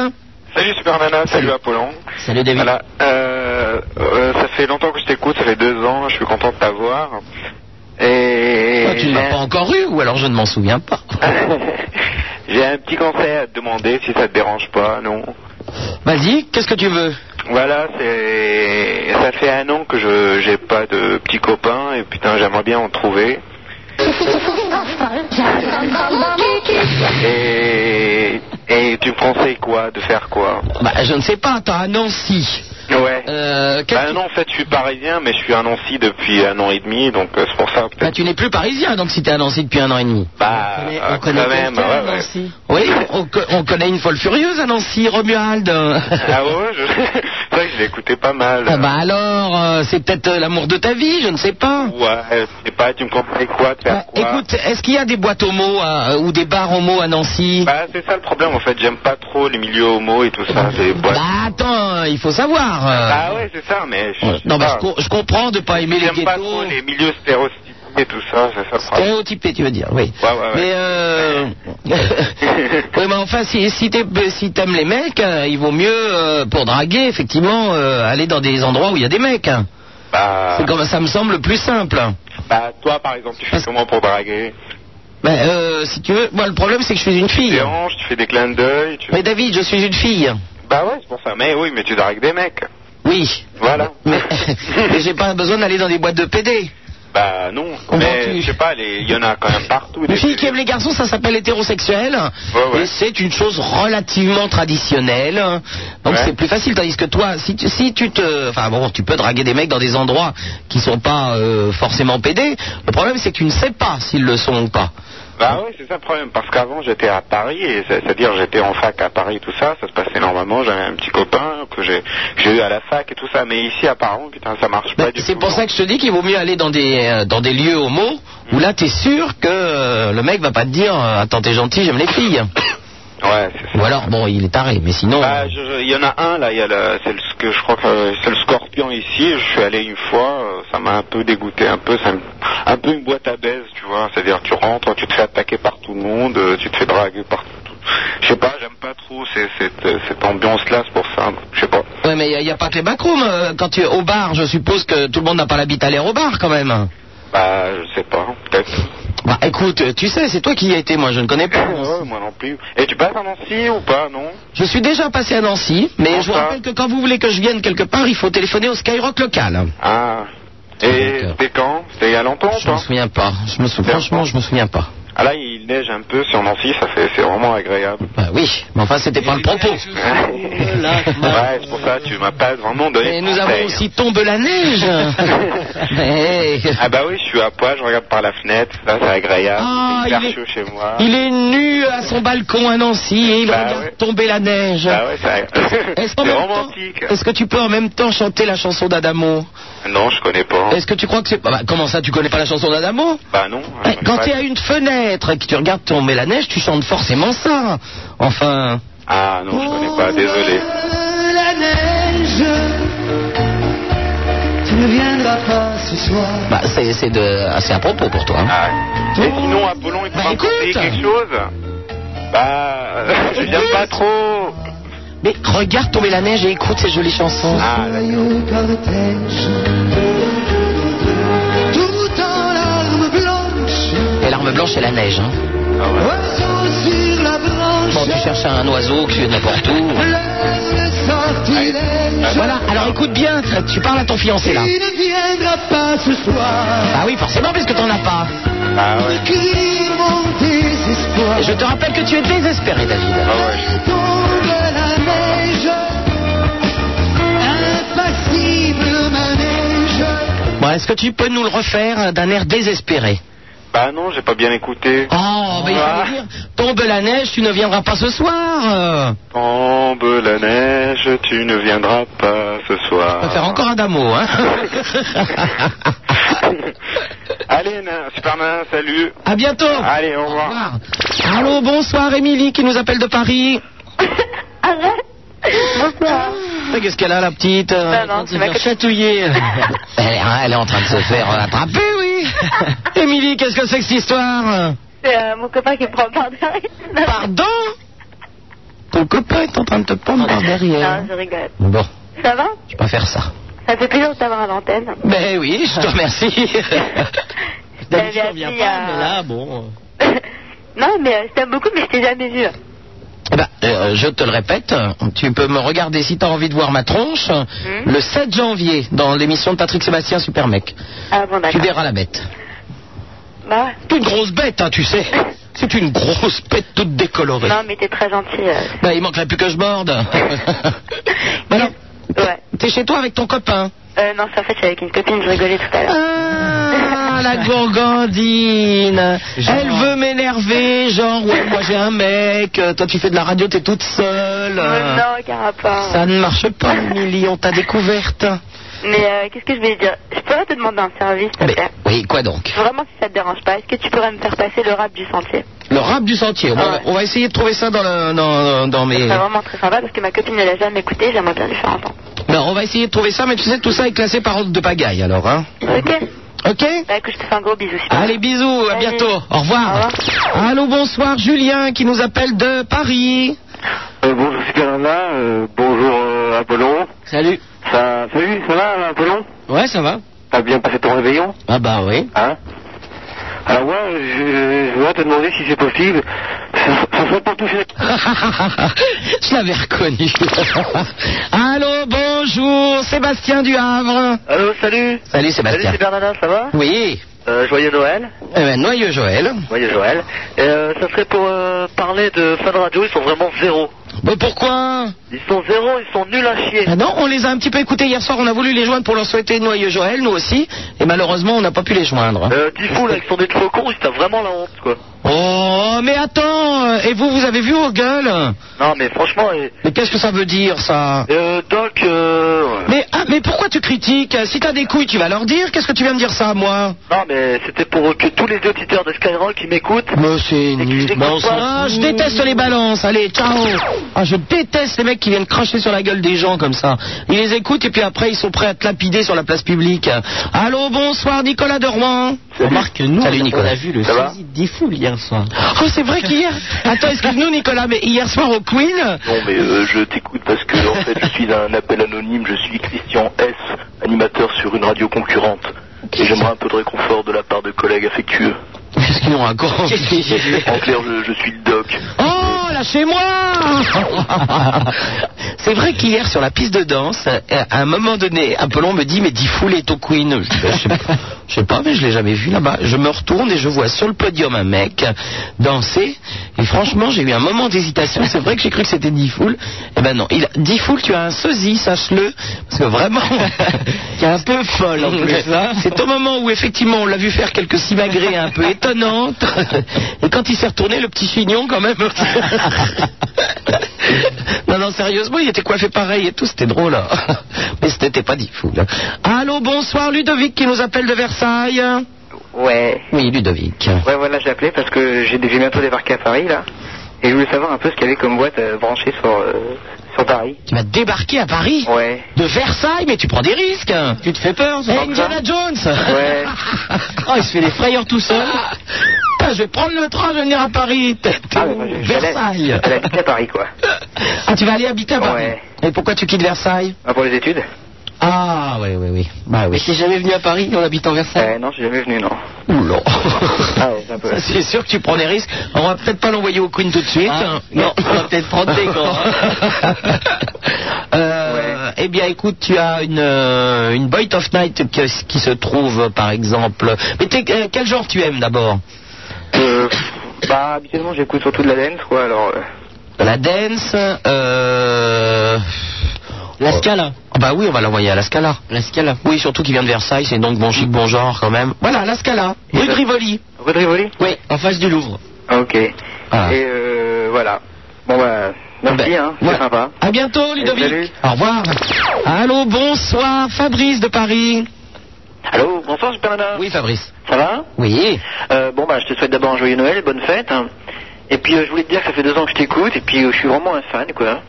P: Salut Super Nana, salut Apollon.
C: Salut David.
P: Voilà, euh, euh, ça fait longtemps que je t'écoute, ça fait deux ans, je suis content de t'avoir. Et
C: Ah, tu ne l'as pas encore eu ou alors je ne m'en souviens pas.
P: j'ai un petit conseil à te demander si ça te dérange pas, non
C: Vas-y, qu'est-ce que tu veux
P: Voilà, c'est ça fait un an que je j'ai pas de petit copain et putain j'aimerais bien en trouver. Et et tu me conseilles quoi, de faire quoi
C: Bah, je ne sais pas, t'as à Nancy.
P: Ouais.
C: Euh, qu'est-ce
P: Bah
C: qui-
P: non, en fait, je suis parisien, mais je suis à Nancy depuis un an et demi, donc euh, c'est pour ça.
C: Bah,
P: peut-être.
C: tu n'es plus parisien, donc si t'es à Nancy depuis un an et demi.
P: Bah,
N: Mais
P: euh,
N: on connaît
P: quand même,
N: quelqu'un,
P: ouais, ouais.
N: Nancy.
C: Oui, on, co- on connaît une folle furieuse à Nancy, Romuald.
P: Ah ouais, je... c'est vrai que je l'écoutais pas mal.
C: Ah bah alors, euh, c'est peut-être euh, l'amour de ta vie, je ne sais pas.
P: Ouais, je sais pas, tu me conseilles quoi, de faire
C: Bah,
P: quoi
C: écoute, est-ce qu'il y a des boîtes homo à- ou des bars homo à Nancy
P: Bah, c'est ça le problème, en fait, j'aime pas trop les milieux homo et tout ça, c'est...
C: Bah, attends, euh, il faut savoir. euh.
P: Ah ouais, c'est ça, mais... Je... je sais
C: non, mais
P: pas.
C: je, co- je comprends de pas aimer les
P: J'aime pas
C: ghettos.
P: trop les milieux stéréotypés et tout ça, c'est ça le problème.
C: Stéréotypé, tu veux dire, oui.
P: Ouais, ouais, ouais.
C: Mais euh... oui, mais enfin, si, si t'es- si t'aimes les mecs, euh, il vaut mieux, euh, pour draguer, effectivement, euh, aller dans des endroits où il y a des mecs. hein.
P: Ah.
Q: Bah,
C: C'est comme ça me semble le plus simple. hein.
Q: bah, toi, par exemple, tu fais comment pour draguer
C: Mais euh, si tu veux, moi le problème c'est que je suis une
Q: Tu
C: fille.
Q: déranges, tu fais des clins d'œil, tu...
C: Mais David, je suis une fille.
Q: Bah ouais, c'est pour ça. Mais oui, mais tu dragues des mecs.
C: Oui.
Q: Voilà.
C: Mais, mais j'ai pas besoin d'aller dans des boîtes de PD.
Q: Bah non, mais je sais pas, les- il y en a quand même partout.
C: Les
Q: des-
C: filles qui aiment les garçons, ça s'appelle hétérosexuel.
Q: Ouais, ouais.
C: Et c'est une chose relativement traditionnelle. Donc
Q: Ouais.
C: c'est plus facile. Tandis que toi, si tu, si tu te. Enfin bon, tu peux draguer des mecs dans des endroits qui sont pas euh, forcément PD. Le problème, c'est que tu ne sais pas s'ils le sont ou pas.
Q: Bah oui, c'est ça le problème, parce qu'avant j'étais à Paris, et c'est- c'est-à-dire j'étais en fac à Paris, tout ça, ça se passait normalement, j'avais un petit copain que j'ai que j'ai eu à la fac et tout ça, mais ici apparemment, putain, ça marche pas du tout.
C: C'est pour ça que je te dis qu'il vaut mieux aller dans des, euh, dans des lieux homo où là, tu es sûr que euh, le mec va pas te dire euh, Attends, t'es gentil, j'aime les filles.
Q: Ouais, c'est
C: Ou alors, bon, il est taré, mais sinon. euh,
Q: Bah, je- je- il y en a un là, il y a le, c'est le, ce que je crois que c'est le Scorpion ici. Je suis allé une fois, euh, ça m'a un peu dégoûté, un peu, ça me- un peu une boîte à baise, tu vois. C'est-à-dire tu rentres, tu te fais attaquer par tout le monde, euh, tu te fais draguer par. tout- Je sais pas, j'aime pas trop ces- cette, euh, cette ambiance là, c'est pour ça. Je sais pas.
C: Ouais, mais il n'y a, pas que les backrooms. euh, Quand tu es au bar, je suppose que tout le monde n'a pas l'habitude d'aller au bar quand même.
Q: Bah, je sais pas, peut-être.
C: Bah écoute, euh, tu sais, c'est toi qui y as été, moi je ne connais pas.
Q: Ouais, euh, moi non plus. Et tu passes à Nancy ou pas, non
C: Je suis déjà passé à Nancy, mais
Q: Comment
C: je vous
Q: ça
C: rappelle que quand vous voulez que je vienne quelque part, il faut téléphoner au Skyrock local.
Q: Ah. Et c'était quand C'était il y a longtemps ou
C: Je me
Q: pas
C: souviens pas. Je me souviens, franchement, je me souviens pas.
Q: Ah là, il neige un peu sur Nancy, ça fait, c'est vraiment agréable.
C: Bah oui, mais enfin c'était pas le propos.
Q: ouais, c'est pour ça, tu m'as pas vraiment donné.
C: Et
Q: de
C: nous avons
Q: conseils. hein.
C: aussi tombe la neige. Mais,
Q: Ah bah oui, je suis à poil, je regarde par la fenêtre, là c'est agréable,
C: Ah,
Q: c'est hyper
C: il est-
Q: chaud chez moi.
C: Il est nu à son balcon à Nancy et il
Q: Bah
C: regarde
Q: ouais.
C: tomber la neige.
Q: Ah ouais, c'est
C: Est-ce qu'en
Q: c'est
C: même temps-
Q: romantique.
C: Est-ce que tu peux en même temps chanter la chanson d'Adamo
Q: Non, je connais pas.
C: Est-ce que tu crois que c'est... Bah, bah, comment ça, tu connais pas la chanson d'Adamo
Q: Bah non.
C: Ouais,
Q: je connais
C: Eh, Quand
Q: pas.
C: tu es à une fenêtre et que tu regardes tomber la neige, tu chantes forcément ça. Enfin...
Q: Ah non, je connais pas, désolé.
B: La neige, tu ne viendras pas ce soir.
C: Bah, c'est c'est de... ah, c'est à propos pour toi. hein.
Q: Ah. Et sinon, Apollon,
C: Bah,
Q: il pourra me conseiller quelque chose Bah, euh, je viens pas trop.
C: Mais regarde tomber la neige et écoute ces jolies chansons.
Q: Ah,
B: Maillot cortège, tout en larmes blanches,
C: Et l'arme blanche, c'est la neige. hein.
Q: Ah
B: oiseau sur la branche,
C: Bon, tu cherches un oiseau qui est n'importe où.
B: laisse sortilège.
C: Euh, Voilà, alors écoute bien, tu parles à ton fiancé là.
B: Il ne viendra pas ce soir,
C: Bah oui, forcément, parce que t'en as pas.
Q: Ah ouais.
B: crie mon désespoir.
C: Je te rappelle que tu es désespéré, David.
Q: Ah ouais.
B: Tombe la neige, impassible manège.
C: Bon, est-ce que tu peux nous le refaire euh, d'un air désespéré
Q: Bah non, j'ai pas bien écouté.
C: Oh, mais il
Q: Ah.
C: faut dire, tombe la neige, tu ne viendras pas ce soir. euh.
Q: Tombe la neige, tu ne viendras pas ce soir.
C: On peut faire encore un damo, hein
Q: Allez, nain, Superman, salut.
C: À bientôt.
Q: Allez, au revoir.
C: Allô, bonsoir, Émilie qui nous appelle de Paris.
H: Arrête Bonsoir.
C: Mais Qu'est-ce qu'elle a, la petite euh,
H: Bah
C: Elle est en train
H: non,
C: de
H: c'est
C: se
H: ma
C: faire
H: copine.
C: chatouiller. elle, est, elle est en train de se faire euh, attraper, oui. Émilie, qu'est-ce que c'est que cette histoire
H: C'est euh, mon copain qui me prend par derrière.
C: Pardon Ton copain est en train de te prendre par derrière.
H: Non, je rigole.
C: Bon,
H: Ça va
C: je vais pas faire ça.
H: Ça fait plaisir de t'avoir à l'antenne.
C: Ben oui, je te remercie. D'habitude, on vient
H: J'avais appris
C: pas,
H: à-
C: mais là, bon...
H: non, mais euh, je t'aime beaucoup, mais je t'ai jamais vu.
C: Eh ben, euh, je te le répète, tu peux me regarder si tu as envie de voir ma tronche
H: Hmm.
C: le 7 janvier dans l'émission de Patrick Sébastien Supermec.
H: Ah bon,
C: Tu
H: d'accord.
C: verras la bête.
H: Bah, ouais.
C: C'est une grosse bête, hein, tu sais. C'est une grosse bête toute décolorée.
H: non, mais t'es très gentil. euh.
C: Ben, il manquerait plus que je borde. ben alors,
H: Ouais.
C: t'es chez toi avec ton copain.
H: Euh, non, c'est en fait, j'étais avec une copine, je rigolais tout à l'heure.
C: Ah, la gourgandine. Elle veut m'énerver, genre, ouais, moi j'ai un mec, euh, toi tu fais de la radio, t'es toute seule.
H: Euh, non, Carapa.
C: Ah Ça ne marche pas, Émilie, on t'a découverte.
H: Mais euh, qu'est-ce que je voulais dire Je pourrais te demander un service, s'il te
C: Mais,
H: plaît.
C: Eh oui, quoi donc
H: Vraiment, si ça te dérange pas, est-ce que tu pourrais me faire passer le rap du sentier
C: Le rap du sentier. On va, on va essayer de trouver ça dans, le- dans, dans mes.
H: C'est vraiment très sympa parce que ma copine ne l'a jamais écouté, j'aimerais bien lui faire entendre.
C: Non, on va essayer de trouver ça, mais tu sais, tout ça est classé par ordre de pagaille, alors, hein.
H: Ok
C: Ok
H: Bah écoute, je te fais un gros bisou. super.
C: Allez, bisous, à
H: Salut.
C: bientôt. Au revoir. Allô, bonsoir, Julien, qui nous appelle de Paris.
G: Euh, bonjour Superman, bonjour Apollon.
C: Salut.
G: Ça, salut, ça va, Apollon
C: Ouais, ça va.
G: T'as bien passé ton réveillon
C: Ah bah oui.
G: Hein Alors moi, je, je voudrais te demander si c'est possible. Ça, ça serait pour toucher.
C: Je l'avais reconnu.
R: Allô, bonjour, Sébastien du Havre.
E: Allô, salut.
C: Salut, Sébastien.
E: Salut, c'est Bernardin, ça va
C: Oui.
E: Euh, joyeux Noël.
C: Eh ben, noyeux Joël.
E: Joyeux Joël. Euh, ça serait pour euh, parler de Fun Radio, ils sont vraiment zéro.
C: Mais pourquoi
E: Ils sont zéro, ils sont nuls à chier.
C: Ah non, on les a un petit peu écoutés hier soir, on a voulu les joindre pour leur souhaiter noyeux Joël, nous aussi, et malheureusement on n'a pas pu les joindre.
E: Euh, Tifou, là, ils sont des faux cons, ils t'ont vraiment la honte, quoi.
C: Oh, mais attends, euh, et vous, vous avez vu aux gueules
E: Non, mais franchement, euh,
C: Mais qu'est-ce que ça veut dire ça
E: euh, Doc, euh... ouais.
C: mais, ah, mais pourquoi tu critiques Si t'as des couilles, tu vas leur dire, qu'est-ce que tu viens me dire ça à moi
E: Non, mais c'était pour que tous les auditeurs de Skyrock qui m'écoutent.
C: Mais c'est nul.
E: écoutent
C: Bon,
E: pas.
C: ah, je déteste les balances, allez, ciao Ah, je déteste les mecs qui viennent cracher sur la gueule des gens comme ça. Ils les écoutent et puis après ils sont prêts à te lapider sur la place publique. Allô, bonsoir, Nicolas de Rouen
S: Remarque, nous,
C: Salut,
S: on a-
C: Nicolas.
S: on a vu le
C: Ça va
S: saisie des foules hier soir.
C: Oh, c'est vrai qu'hier. Attends, excuse-nous, Nicolas, mais hier soir au Queen.
B: Non, mais euh, je t'écoute parce que, en fait, je suis un appel anonyme. Je suis Christian S, animateur sur une radio concurrente. Et j'aimerais un peu de réconfort de la part de collègues affectueux.
C: Qu'est-ce qu'ils ont encore
B: En clair, je, je suis le doc.
C: Oh, lâchez-moi C'est vrai qu'hier, sur la piste de danse, euh, à un moment donné, Apollon me dit, mais Diffoul est au Queen. Je dis, bah, je sais pas- je sais pas, mais je l'ai jamais vu là-bas. Je me retourne et je vois sur le podium un mec danser. Et franchement, j'ai eu un moment d'hésitation. C'est vrai que j'ai cru que c'était Diffoul. Eh ben non, il, Diffoul, tu as un sosie, sache-le. Parce que vraiment, qui est un peu folle
S: en plus, hein.
C: C'est au moment où effectivement on l'a vu faire quelques simagrées un peu étonnantes. Et quand il s'est retourné, le petit chignon quand même. Non, non, sérieusement, il était coiffé pareil et tout, c'était drôle. hein. Mais c'était pas dit fou. là. Allô, bonsoir, Ludovic qui nous appelle de Versailles.
G: Ouais.
C: Oui, Ludovic.
G: Ouais, voilà, j'ai appelé parce que j'ai j'ai bientôt débarqué à Paris, là. Et je voulais savoir un peu ce qu'il y avait comme boîte euh, branchée sur, euh, sur Paris.
C: Tu vas débarquer à Paris
G: Ouais.
C: De Versailles, mais tu prends des risques. Tu te fais peur,
G: ça va
C: Indiana Jones
G: Ouais.
C: Oh, il se fait des frayeurs tout seul. Putain, je vais prendre le train, je vais venir à Paris. T'es- t'es
G: Ah,
C: où Versailles.
G: Elle habite à Paris, quoi.
C: Ah, tu vas aller habiter à Paris
G: Ouais.
C: Et pourquoi tu quittes Versailles
G: Ah, pour les études
C: Ah, oui, oui, oui. Bah oui.
S: T'es jamais venu à Paris en habitant Versailles
G: Ouais, Euh, non, je suis jamais venu, non.
C: Oula.
G: Ah, ouais, c'est un peu.
C: Ça, C'est sûr que tu prends des risques. On va peut-être pas l'envoyer au Queen tout de suite.
S: Ah,
C: non, on va peut-être prendre des gants. Euh, Eh bien, écoute, tu as une, euh, une Boy of Night qui, qui se trouve, par exemple. Mais t'es- euh, quel genre tu aimes d'abord
G: Euh, bah, habituellement, j'écoute surtout de la dance, quoi, alors. euh,
C: De La dance euh...
S: La Scala.
C: Ah Bah oui, on va l'envoyer à la Scala.
S: La Scala.
C: Oui, surtout qu'il vient de Versailles, c'est donc bon chic, bon genre quand même. Voilà, la Scala. Rue de Rivoli.
G: Rue de Rivoli
C: Oui, en face du Louvre.
G: Ah, ok.
C: Ah.
G: Et euh, voilà. Bon, bah, merci,
C: Ben,
G: hein, c'est
C: ouais.
G: sympa.
C: À bientôt, Ludovic.
G: salut.
C: Au revoir. Allô, bonsoir, Fabrice de Paris.
E: Allô, bonsoir, Super Nana.
C: Oui, Fabrice.
E: Ça va
C: Oui.
E: Euh, bon, bah, je te souhaite d'abord un joyeux Noël, bonne fête. hein. Et puis, euh, je voulais te dire que ça fait deux ans que je t'écoute, et puis euh, je suis vraiment un fan, quoi.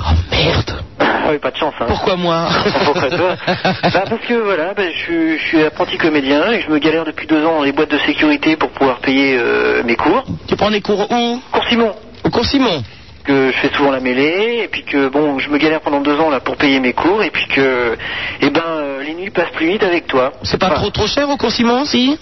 C: Oh merde.
E: Ah oui, pas de chance, hein.
C: Pourquoi moi
E: Pourquoi toi Bah, parce que voilà, bah, je, je suis apprenti comédien et je me galère depuis deux ans dans les boîtes de sécurité pour pouvoir payer euh, mes cours.
C: Tu prends des cours où
E: Cours Simon,
C: Au cours Simon.
E: que je fais souvent la mêlée et puis que bon, je me galère pendant deux ans là pour payer mes cours et puis que, eh ben, euh, les nuits passent plus vite avec toi.
C: C'est pas
E: Enfin,
C: trop trop cher au cours Simon, si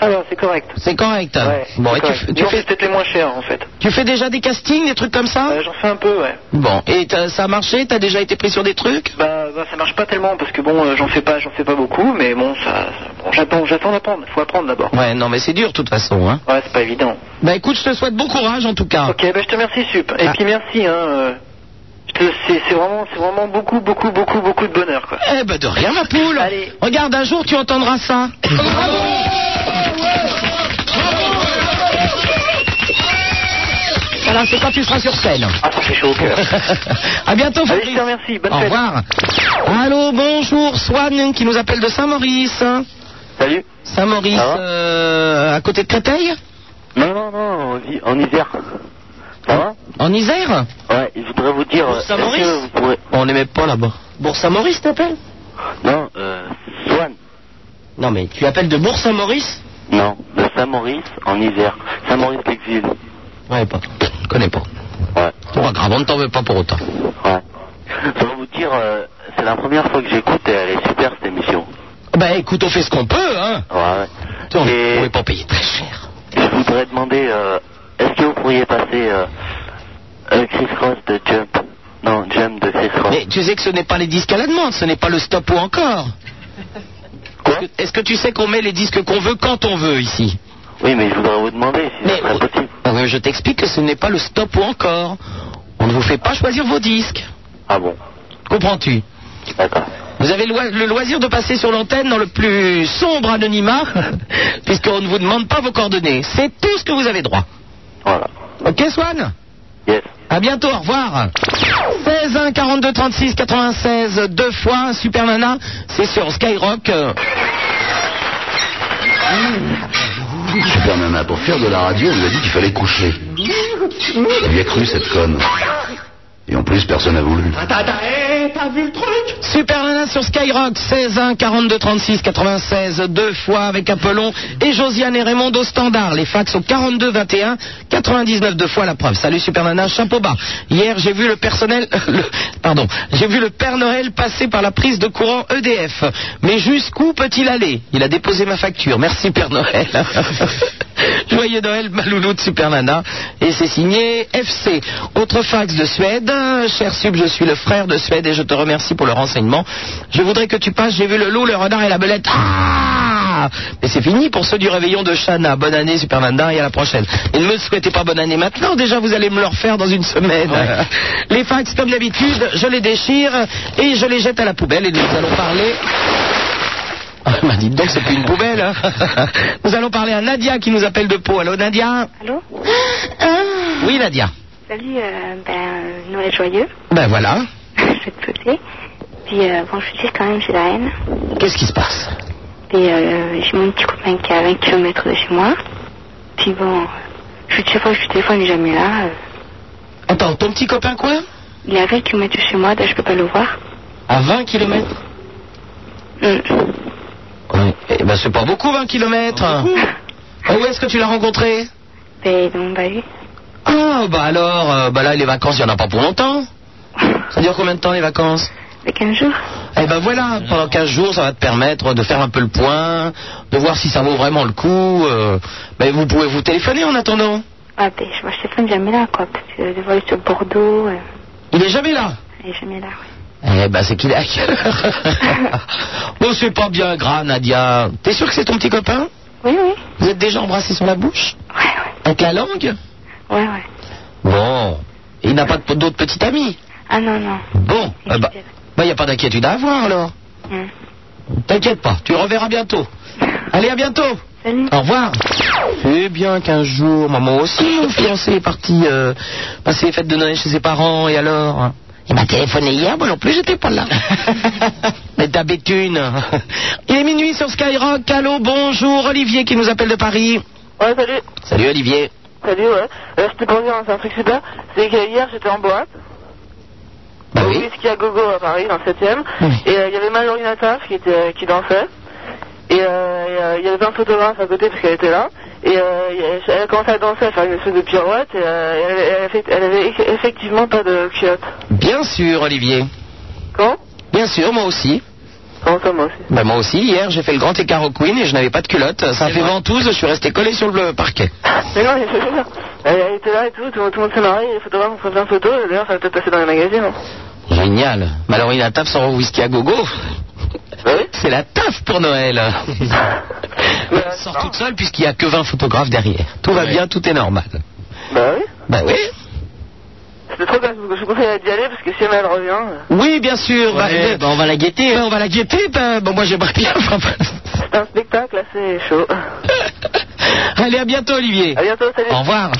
E: Ça va, c'est correct.
C: C'est correct.
E: Ouais,
C: Ah, bon,
E: c'est
C: et tu, f-
E: correct.
C: tu
E: Non,
C: fais, Ah.
E: c'est peut-être les moins chers en fait.
C: tu fais déjà des castings, des trucs comme ça
E: Euh, J'en fais un peu, ouais.
C: Bon, et t'as- ça a marché T'as déjà été pris sur des trucs
E: Bah, bah, ça marche pas tellement parce que bon, euh, j'en fais pas, j'en fais pas beaucoup, mais bon, ça, ça- bon, j'attends, j'attends d'apprendre. Faut apprendre d'abord.
C: Ouais, non, mais c'est dur de toute façon. Hein.
E: Ouais, c'est pas évident.
C: Bah écoute, je te souhaite bon courage en tout cas.
E: Ok, bah, je te remercie, Sup. Et
C: Ah.
E: puis merci, hein. euh, je te- c'est c'est vraiment, c'est vraiment beaucoup, beaucoup, beaucoup, beaucoup de bonheur, quoi.
C: Eh ben de rien ma poule.
E: Allez.
C: Regarde, un jour tu entendras ça. Voilà, c'est quand tu seras sur scène.
E: Ah, ça fait chaud au cœur.
C: à bientôt,
E: Allez, je
C: Fabrice.
E: te remercie. Bonne
C: Au
E: fête.
C: revoir. Allô, bonjour, Swan qui nous appelle de Saint-Maurice.
B: Salut.
C: Saint-Maurice,
B: Ça va
C: euh, à côté de Créteil
B: Non, non, non, en, Isère. Ça va
C: En Isère
B: Ouais, je voudrais vous dire. euh,
C: Pour Saint-Maurice
B: est-ce que vous pourrez-
C: On n'aimait pas là-bas. Bourg-Saint-Maurice t'appelles
B: Non, euh, Swan.
C: Non, mais tu appelles de Bourg-Saint-Maurice
B: Non, de Saint-Maurice en Isère. Saint-Maurice l'exil.
C: Ouais, pas. Je connais pas.
B: Ouais.
C: C'est pas grave, on ne t'en veut pas pour autant.
B: Ouais. Je vais vous dire, euh, c'est la première fois que j'écoute et elle est super cette émission.
C: Bah écoute, on fait ce qu'on peut, hein
B: Ouais, ouais.
C: On n'est pas payé très cher.
B: Je voudrais demander, euh, est-ce que vous pourriez passer euh, euh, Chris Cross de Jump Non, Jump de Chris Cross.
C: Mais tu sais que ce n'est pas les disques à la demande, ce n'est pas le stop ou encore. Est-ce que- Est-ce que tu sais qu'on met les disques qu'on veut quand on veut ici
B: Oui, mais je voudrais vous demander si
C: c'est possible. je t'explique que ce n'est pas le stop ou encore. On ne vous fait pas choisir vos disques.
B: Ah bon
C: Comprends-tu
B: D'accord.
C: Vous avez loi- le loisir de passer sur l'antenne dans le plus sombre anonymat, puisqu'on ne vous demande pas vos coordonnées. C'est tout ce que vous avez droit.
B: Voilà.
C: Ok, Swan
B: Yes.
C: À bientôt, au revoir. 16 1 42 36 96 deux fois Super Nana, c'est sur Skyrock. euh.
T: Super Nana, pour faire de la radio, on lui a dit qu'il fallait coucher. Elle y a cru, cette conne. Et en plus, personne n'a voulu.
C: Attends, attends, hé, t'as vu le truc Super Nana sur Skyrock, 16 1 42 36 96, deux fois avec Apollon et Josiane et Raymond au standard. Les fax au 42 21 99, deux fois la preuve. Salut Super Nana, chapeau bas. Hier, j'ai vu le personnel, le- pardon, j'ai vu le Père Noël passer par la prise de courant EDF. Mais jusqu'où peut-il aller Il a déposé ma facture. Merci Père Noël. Joyeux Noël, ma louloute Super Nana. Et c'est signé FC. Autre fax de Suède. Cher Sub, je suis le frère de Suède et je te remercie pour le renseignement. Je voudrais que tu passes. J'ai vu le loup, le renard et la belette. Ah Mais c'est fini pour ceux du réveillon de Shana. Bonne année Super Nana et à la prochaine. Et ne me souhaitez pas bonne année maintenant. Déjà, vous allez me le refaire dans une semaine. Les fax, comme d'habitude, je les déchire et je les jette à la poubelle et nous allons parler. Bah, dites donc, c'est plus une poubelle. hein. Nous allons parler à Nadia qui nous appelle de Pau. Allô, Nadia
H: Allô
C: Oui, Nadia.
H: Salut, euh, ben, euh, Noël joyeux.
C: Ben voilà.
H: je vais te poser. Puis, euh, bon, je sais quand même, j'ai la haine.
C: Qu'est-ce qui se passe
H: Puis, euh, j'ai mon petit copain qui est à 20 km de chez moi. Puis, bon, je, chaque fois que je lui téléphone, il est jamais là. euh.
C: Attends, ton petit copain quoi
H: Il est à 20 km de chez moi, donc je peux pas le voir.
C: À 20 km
H: Mm.
C: Eh ben, c'est pas beaucoup 20 km. Où est-ce que tu l'as rencontré
H: Ben, dans mon bahut.
C: Ah, bah alors, euh, bah là, les vacances, il n'y en a pas pour longtemps. Ça dure combien de temps les vacances
H: 15 jours.
C: Eh ben voilà, pendant 15 jours, ça va te permettre de faire un peu le point, de voir si ça vaut vraiment le coup. euh, ben vous pouvez vous téléphoner en attendant.
H: Ah, ben, je vois je téléphone jamais là, quoi. Parce que je vois sur Bordeaux. euh,
C: Il est jamais là.
H: il est jamais là. ouais.
C: Eh ben c'est qu'il est à quelle heure Bon, c'est pas bien grave, Nadia. T'es sûr que c'est ton petit copain
H: Oui, oui.
C: Vous êtes déjà embrassé sur la bouche
H: Ouais, ouais.
C: Avec la langue
H: Ouais, ouais.
C: Bon. Il n'a pas de- d'autres petits amis
H: Ah, non, non.
C: Bon, eh ben, il n'y a pas d'inquiétude à avoir alors.
H: Hum.
C: T'inquiète pas, tu le reverras bientôt. Allez, à bientôt.
H: Salut.
C: Au revoir. C'est bien qu'un jour, maman aussi, mon fiancé est parti euh, passer les fêtes de Noël chez ses parents, et alors hein. Il m'a téléphoné hier, moi non plus, j'étais pas là. Mais ta béthune. Il est minuit sur Skyrock. Allô, bonjour, Olivier qui nous appelle de Paris.
E: Ouais, salut.
C: Salut, Olivier.
E: Salut, ouais. Euh, c'était pour dire, hein, c'est un truc super. C'est que hier, j'étais en boîte.
C: Bah
E: au Whisky à Gogo à Paris, dans le 7 e Et euh, il y avait Mallory Nataf qui, était, euh, qui dansait. Et euh, et, euh, il y avait plein de photographes à côté parce qu'elle était là. Et euh, il y a- elle a commencé à danser, à faire une espèce de pirouette. Et euh, elle, elle a fait- elle avait eff- effectivement pas de culotte.
C: Bien sûr, Olivier.
E: Quand
C: Bien sûr, moi aussi.
E: Comment ça, moi aussi
C: Bah, moi aussi, hier, j'ai fait le grand écart au Queen et je n'avais pas de culotte. Ça a fait ventouse, je suis resté collé sur le parquet.
E: Mais non, mais je veux dire, elle, elle était là et tout, tout, le- tout le monde s'est marré. Les photographes ont pris plein de photos. et D'ailleurs, ça va peut-être passer dans les magazines. hein.
C: Génial. Bah, Mallory la taf sort au whisky à gogo. C'est la taf pour Noël. Elle sort toute seule puisqu'il n'y a que 20 photographes derrière. Tout va bien, tout est normal.
E: Bah oui.
C: Bah oui.
E: C'était trop bien, je vous je vous conseille d'y aller parce que si jamais elle revient. euh,
C: Oui, bien sûr.
E: Ouais,
C: bah, on va la guetter. hein. on va la guetter. Bah, bon, moi, j'aimerais bien.
E: C'est un spectacle assez chaud.
C: Allez, à bientôt, Olivier.
E: À bientôt, salut.
C: Au revoir.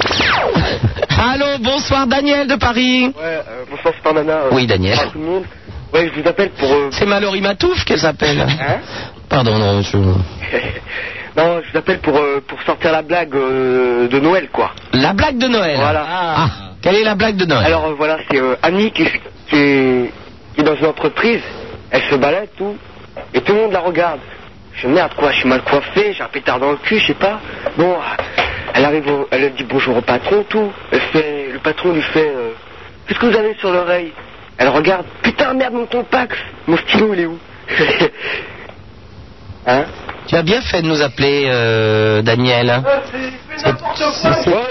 C: Allô, bonsoir, Daniel de Paris.
G: Ouais, euh, bonsoir Super Nana.
C: Oui, Daniel.
G: Bonsoir tout le monde. Ouais, je vous appelle pour. euh,
C: C'est Mallory Matouf qu'elle s'appelle.
G: Hein
C: Pardon, non, je...
G: non, je vous appelle pour, euh, pour sortir la blague euh, de Noël, quoi.
C: La blague de Noël.
G: Voilà.
C: Ah, quelle est la blague de Noël
G: Alors euh, voilà, c'est euh, Annie qui, qui, est, qui est dans une entreprise. Elle se balade, tout. Et tout le monde la regarde. Je dis, merde, quoi, je suis mal coiffé, j'ai un pétard dans le cul, je sais pas. Bon, elle arrive, au- euh, elle dit bonjour au patron, tout. Elle fait, le patron lui fait. euh, Qu'est-ce que vous avez sur l'oreille Elle regarde, putain merde mon compact, mon stylo il est où Hein?
C: Tu as bien fait de nous appeler, euh, Daniel.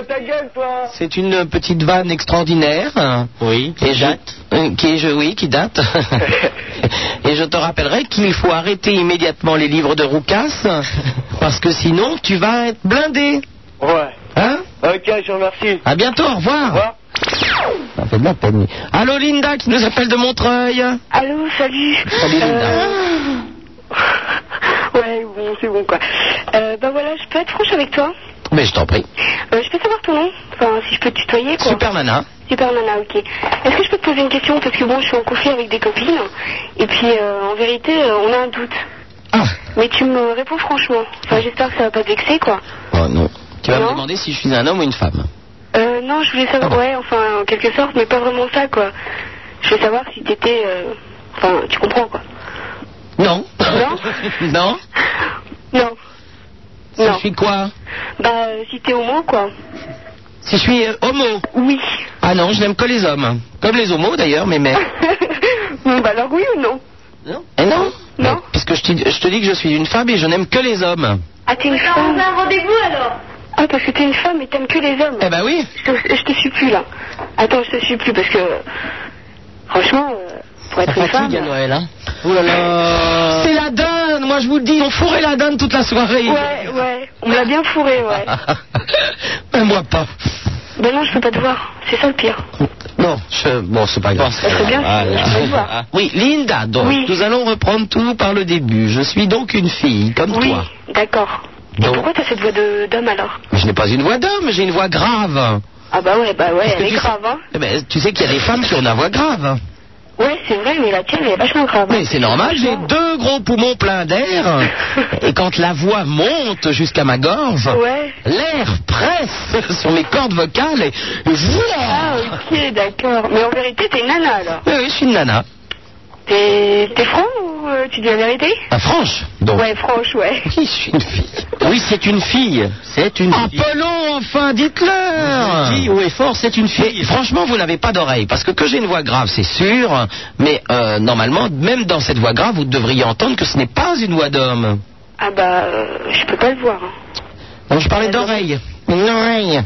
G: ta gueule toi
C: C'est une petite vanne extraordinaire. Oui, qui date. Qui, est- je- oui, qui date. Et je te rappellerai qu'il faut arrêter immédiatement les livres de Roucas, parce que sinon tu vas être blindé.
G: Ouais.
C: Hein
G: Ok, je vous remercie.
C: À bientôt, au revoir. Ça fait de la peine. Allô Linda qui nous appelle de Montreuil. Ah.
H: Allô, salut. Euh,
C: Salut Linda.
H: Ouais, bon, c'est bon quoi. Euh, ben voilà, je peux être franche avec toi.
C: Mais je t'en prie.
H: Euh, je peux savoir ton nom Enfin, si je peux te tutoyer quoi.
C: Super Nana.
H: Super Nana, ok. Est-ce que je peux te poser une question Parce que bon, je suis en conflit avec des copines. Et puis, euh, en vérité, euh, on a un doute.
C: Ah.
H: Mais tu me réponds franchement. Enfin, j'espère que ça va pas te vexer quoi.
C: Oh non. Tu vas me
H: Non.
C: demander si je suis un homme ou une femme.
H: Euh, non, je voulais
C: Ah
H: savoir, ouais, enfin, en quelque sorte, mais pas vraiment ça quoi. Je voulais savoir si t'étais. euh, Enfin, tu comprends quoi.
C: Non.
H: Non
C: non.
H: Non.
C: Si je suis quoi
H: Bah, euh, si t'es homo, quoi.
C: Si je suis euh, homo
H: Oui.
C: Ah non, je n'aime que les hommes. Comme les homos d'ailleurs, mais mais.
H: Bon, bah alors oui ou non
C: Eh non Non. Puisque je, te- je te dis que je suis une femme et je n'aime que les hommes.
H: Ah, t'es une femme. On a un rendez-vous alors Ah, parce que t'es une femme et t'aimes que les hommes.
C: Eh bah oui.
H: Je te, je te suis plus là. Attends, je te suis plus parce que. Franchement, euh, pour être une femme.
C: Noël, hein Oh là là C'est la dinde Moi je vous le dis, on fourrait la dinde toute la soirée
H: Ouais, ouais, on me l'a bien fourré, ouais.
C: Ah, Mais moi pas
H: ben non, je peux pas te voir, c'est ça le pire.
C: Non, je- bon, c'est pas grave.
H: Parce que bien, je peux le voir.
C: Ah, Oui, Linda, donc,
H: Oui.
C: nous allons reprendre tout par le début. Je suis donc une fille, comme
H: oui,
C: toi.
H: d'accord. Et
C: Donc-
H: pourquoi t'as cette voix de- d'homme alors
C: Je n'ai pas une voix d'homme, j'ai une voix grave.
H: Ah bah ouais, bah ouais,
C: Parce que
H: elle est
C: tu sais-
H: grave, hein. Ah
C: Eh ben, tu sais qu'il y a des femmes qui ont la voix grave.
H: Ouais, c'est vrai, mais la tienne, elle est vachement grave.
C: Mais c'est normal, j'ai deux gros poumons pleins d'air. et quand la voix monte jusqu'à ma gorge, l'air presse sur mes cordes vocales et.
H: Ah, ok, d'accord. Mais en vérité, t'es une nana alors.
C: Oui, oui, je suis une nana.
H: T'es t'es franc ou euh, tu dis la vérité
C: Ah, franche
H: Ouais, franche, ouais.
C: Oui, je suis une fille. Oui, c'est une fille. C'est une fille. Appelons enfin, dites-leur Qui ou est fort, c'est une fille. franchement, vous n'avez pas d'oreille, parce que que j'ai une voix grave, c'est sûr, mais euh, normalement, même dans cette voix grave, vous devriez entendre que ce n'est pas une voix d'homme.
H: Ah bah, euh, je peux pas le voir. hein.
C: Non, je parlais d'oreille. Une oreille.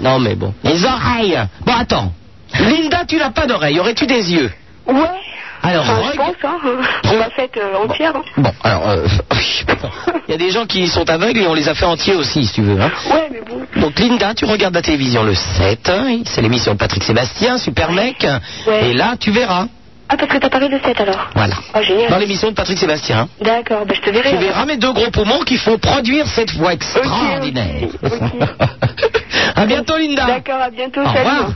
C: Non, mais bon. Les oreilles Bon, attends. Linda, tu n'as pas d'oreille, aurais-tu des yeux
H: Ouais.
C: Alors,
H: Enfin, je pense, hein. euh, On m'a faite euh, entière. hein.
C: Bon, alors, euh, il y a des gens qui sont aveugles et on les a fait entiers aussi, si tu veux. hein. Donc, Linda, tu regardes la télévision le 7, hein, c'est l'émission de Patrick Sébastien, Super Mec, et là, tu verras.
H: Ah, parce que t'as parlé de 7 alors
C: Voilà.
H: Oh, génial.
C: Dans l'émission de Patrick Sébastien. hein,
H: D'accord, bah je te verrai.
C: Tu
H: alors.
C: verras mes deux gros poumons qu'il faut produire cette voix extraordinaire. à bientôt, Linda.
H: D'accord, à bientôt,
C: Au
H: salut.
C: revoir.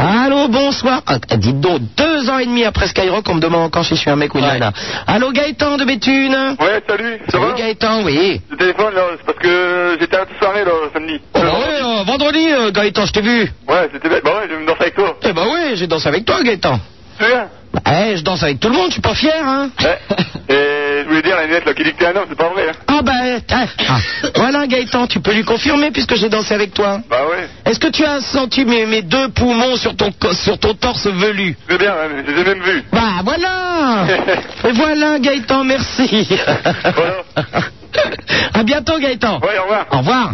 C: Allô, bonsoir. Ah, dites donc, deux ans et demi après Skyrock, on me demande encore si je suis un mec ou une nana. Allô, Gaëtan de Béthune.
Q: Ouais, salut, ça va
C: Gaëtan, oui.
Q: Le téléphone, là, c'est parce que j'étais à la toute soirée, là, samedi.
C: Oh, bah ouais, euh, vendredi, euh, Gaëtan, je t'ai vu.
Q: Ouais, c'était bête. Bah ouais, je vais me danser avec toi.
C: Eh bah ouais, j'ai dansé avec toi, Gaëtan.
Q: Tu viens
C: Bah, eh, je danse avec tout le monde, je suis pas fier, hein.
Q: Et je voulais dire, la lunette, là, qui dit que t'es un homme, c'est pas vrai, hein.
C: Ah bah, eh, ah, ah. voilà, Gaëtan, tu peux lui confirmer puisque j'ai dansé avec toi.
Q: Bah ouais.
C: Est-ce que tu as senti mes, mes deux poumons sur ton, co- sur ton torse velu
Q: Je veux bien, hein, mais je les ai même vus.
C: Bah voilà Et voilà Gaëtan, merci À bientôt Gaëtan
Q: Ouais, au revoir
C: Au revoir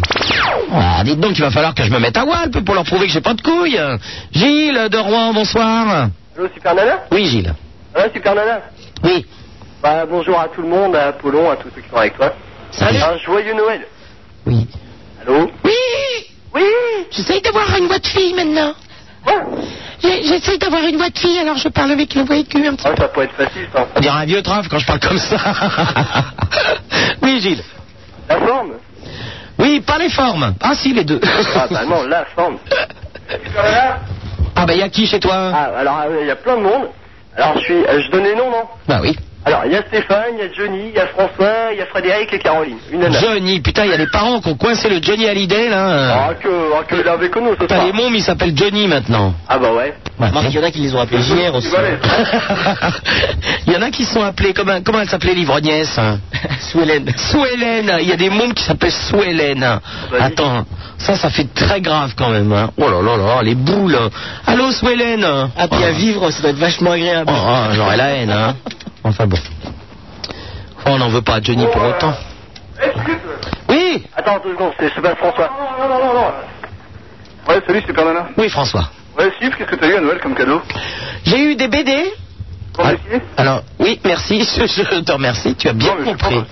C: Ah, Dites donc, il va falloir que je me mette à Walp pour leur prouver que j'ai pas de couilles Gilles de Rouen, bonsoir
G: Allô, Super Nana
C: Oui Gilles
G: Ouais, Super Nana
C: Oui.
G: Bah, bonjour à tout le monde, à Apollon, à tous ceux qui sont avec toi.
C: Salut.
G: Un joyeux Noël.
C: Oui.
G: Allô
C: Oui Oui J'essaye d'avoir une voix de fille maintenant J'ai- J'essaye d'avoir une voix de fille, alors je parle avec une voix aiguë un petit
G: Ouais, Ah, ça pourrait être facile, ça.
C: On dirait un vieux trave quand je parle comme ça Oui Gilles
G: La forme
C: Oui, pas les formes Ah si, les deux
G: Ah, bah non, la forme. Super Nana
C: Ah, bah, il y a qui chez toi
G: Ah, alors, euh, il y a plein de monde. Alors, je suis. euh, je donne les noms, non
C: Bah oui
G: Alors, il y a Stéphane, il y a Johnny, il y a François, il y a Frédéric et Caroline. Une nana.
C: Johnny, putain, il y a les parents qui ont coincé le Johnny Hallyday là.
G: Ah, que, ah, que l'Hervé Conno, ce
C: T'as
G: soir.
C: les mômes, il s'appelle Johnny maintenant.
G: Ah, bah ouais.
C: il y en a qui les ont appelés JR aussi. hein. il y en a qui sont appelés, comment, comment elle s'appelait hein? Ah, bah, l'ivrognasse Sous Hélène. Sous Hélène, il y a des mômes qui s'appellent Sous Hélène. Attends, Ça, ça fait très grave quand même. hein. Oh là là là, les boules. Allô, Swellen Ah, puis à vivre, ça doit être vachement agréable. Oh, ah, j'aurais la haine, hein. Enfin bon. Oh, on n'en veut pas à Johnny pour autant. Oui
U: Attends deux secondes, c'est pas François.
G: Non, non, non, non. Ouais, salut, super nana.
C: Oui, François.
G: Ouais, Steve, qu'est-ce que t'as eu à Noël comme cadeau
C: J'ai eu des BD. Alors, oui, merci, je, je te remercie, tu as Ah, bien compris.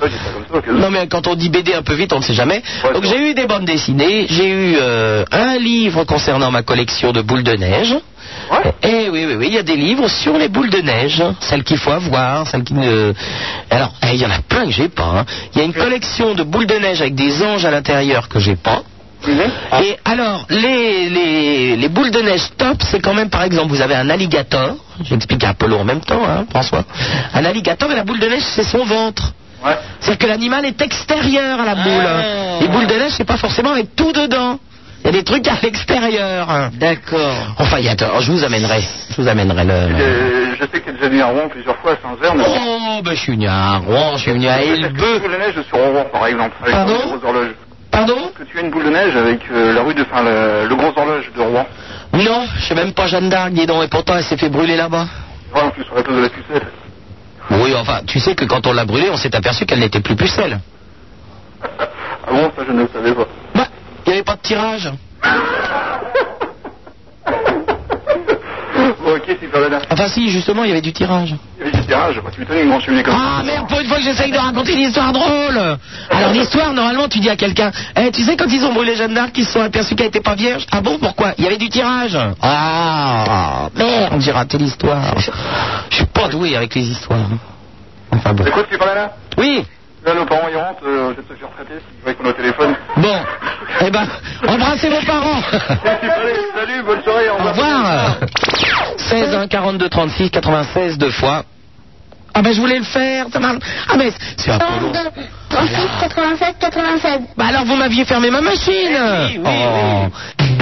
C: Non, mais quand on dit BD un peu vite, on ne sait jamais. Donc, j'ai eu des bandes dessinées, j'ai eu euh, un livre concernant ma collection de boules de neige. Et oui, oui, oui, il y a des livres sur les boules de neige, celles qu'il faut avoir, celles qui ne. Alors, eh, il y en a plein que j'ai pas. hein. Il y a une collection de boules de neige avec des anges à l'intérieur que j'ai pas. Et alors, les, les, les boules de neige top, c'est quand même, par exemple, vous avez un alligator, j'explique à Apollo en même temps, hein, François, un alligator et la boule de neige, c'est son ventre. C'est-à-dire que l'animal est extérieur à la boule. Les boules de neige, c'est pas forcément avec tout dedans. Il y a des trucs à l'extérieur. D'accord. Enfin, il y a- alors, je vous amènerai. Je vous amènerai le. le-
G: Euh, Je sais que t'es déjà venu à Rouen plusieurs fois sans heure, mais.
C: Oh, ben je suis venu à Rouen, je suis venu à
G: Est-ce que tu as une boule de neige sur Rouen, par exemple, avec le gros horloge.
C: Pardon
G: Est-ce que tu as une boule de neige avec euh, la rue de. Enfin, le, le gros horloge de Rouen
C: Non, je sais même pas Jeanne d'Arc, dis donc, et pourtant elle s'est fait brûler là-bas.
G: Ouais, en plus, sur la place de la Pucelle.
C: Oui, enfin, tu sais que quand on l'a brûlée, on s'est aperçu qu'elle n'était plus pucelle.
G: Ah bon, ça, je ne le savais pas.
C: Bah, Il n'y avait pas de tirage.
G: Bon, ok, super nana.
C: Enfin, si, justement, il y avait du tirage.
G: Il y avait du tirage, bah, tu m'étonnes, ils je suis venu comme
C: Ah merde, pour une fois que j'essaye de raconter une histoire drôle. Alors l'histoire, normalement, tu dis à quelqu'un, Eh, tu sais quand ils ont brûlé Jeanne d'Arc, ils se sont aperçus qu'elle n'était pas vierge. Ah bon, pourquoi Il y avait du tirage. Ah merde, j'ai raté l'histoire. Je suis pas doué avec les histoires. Enfin bon.
G: Écoute, super nana.
C: Oui
G: Là, nos parents, ils rentrent, euh, je vais te faire traiter si tu vois qu'on est au téléphone.
C: Bon, eh ben, embrassez vos parents.
G: Salut, bonne soirée,
C: Au revoir. 16 1 42 36 96 deux fois. Ah ben je voulais le faire, ça marche. Ah mais c'est un peu long.
F: 36, 87, 87.
C: Bah alors vous m'aviez fermé ma machine. Oh.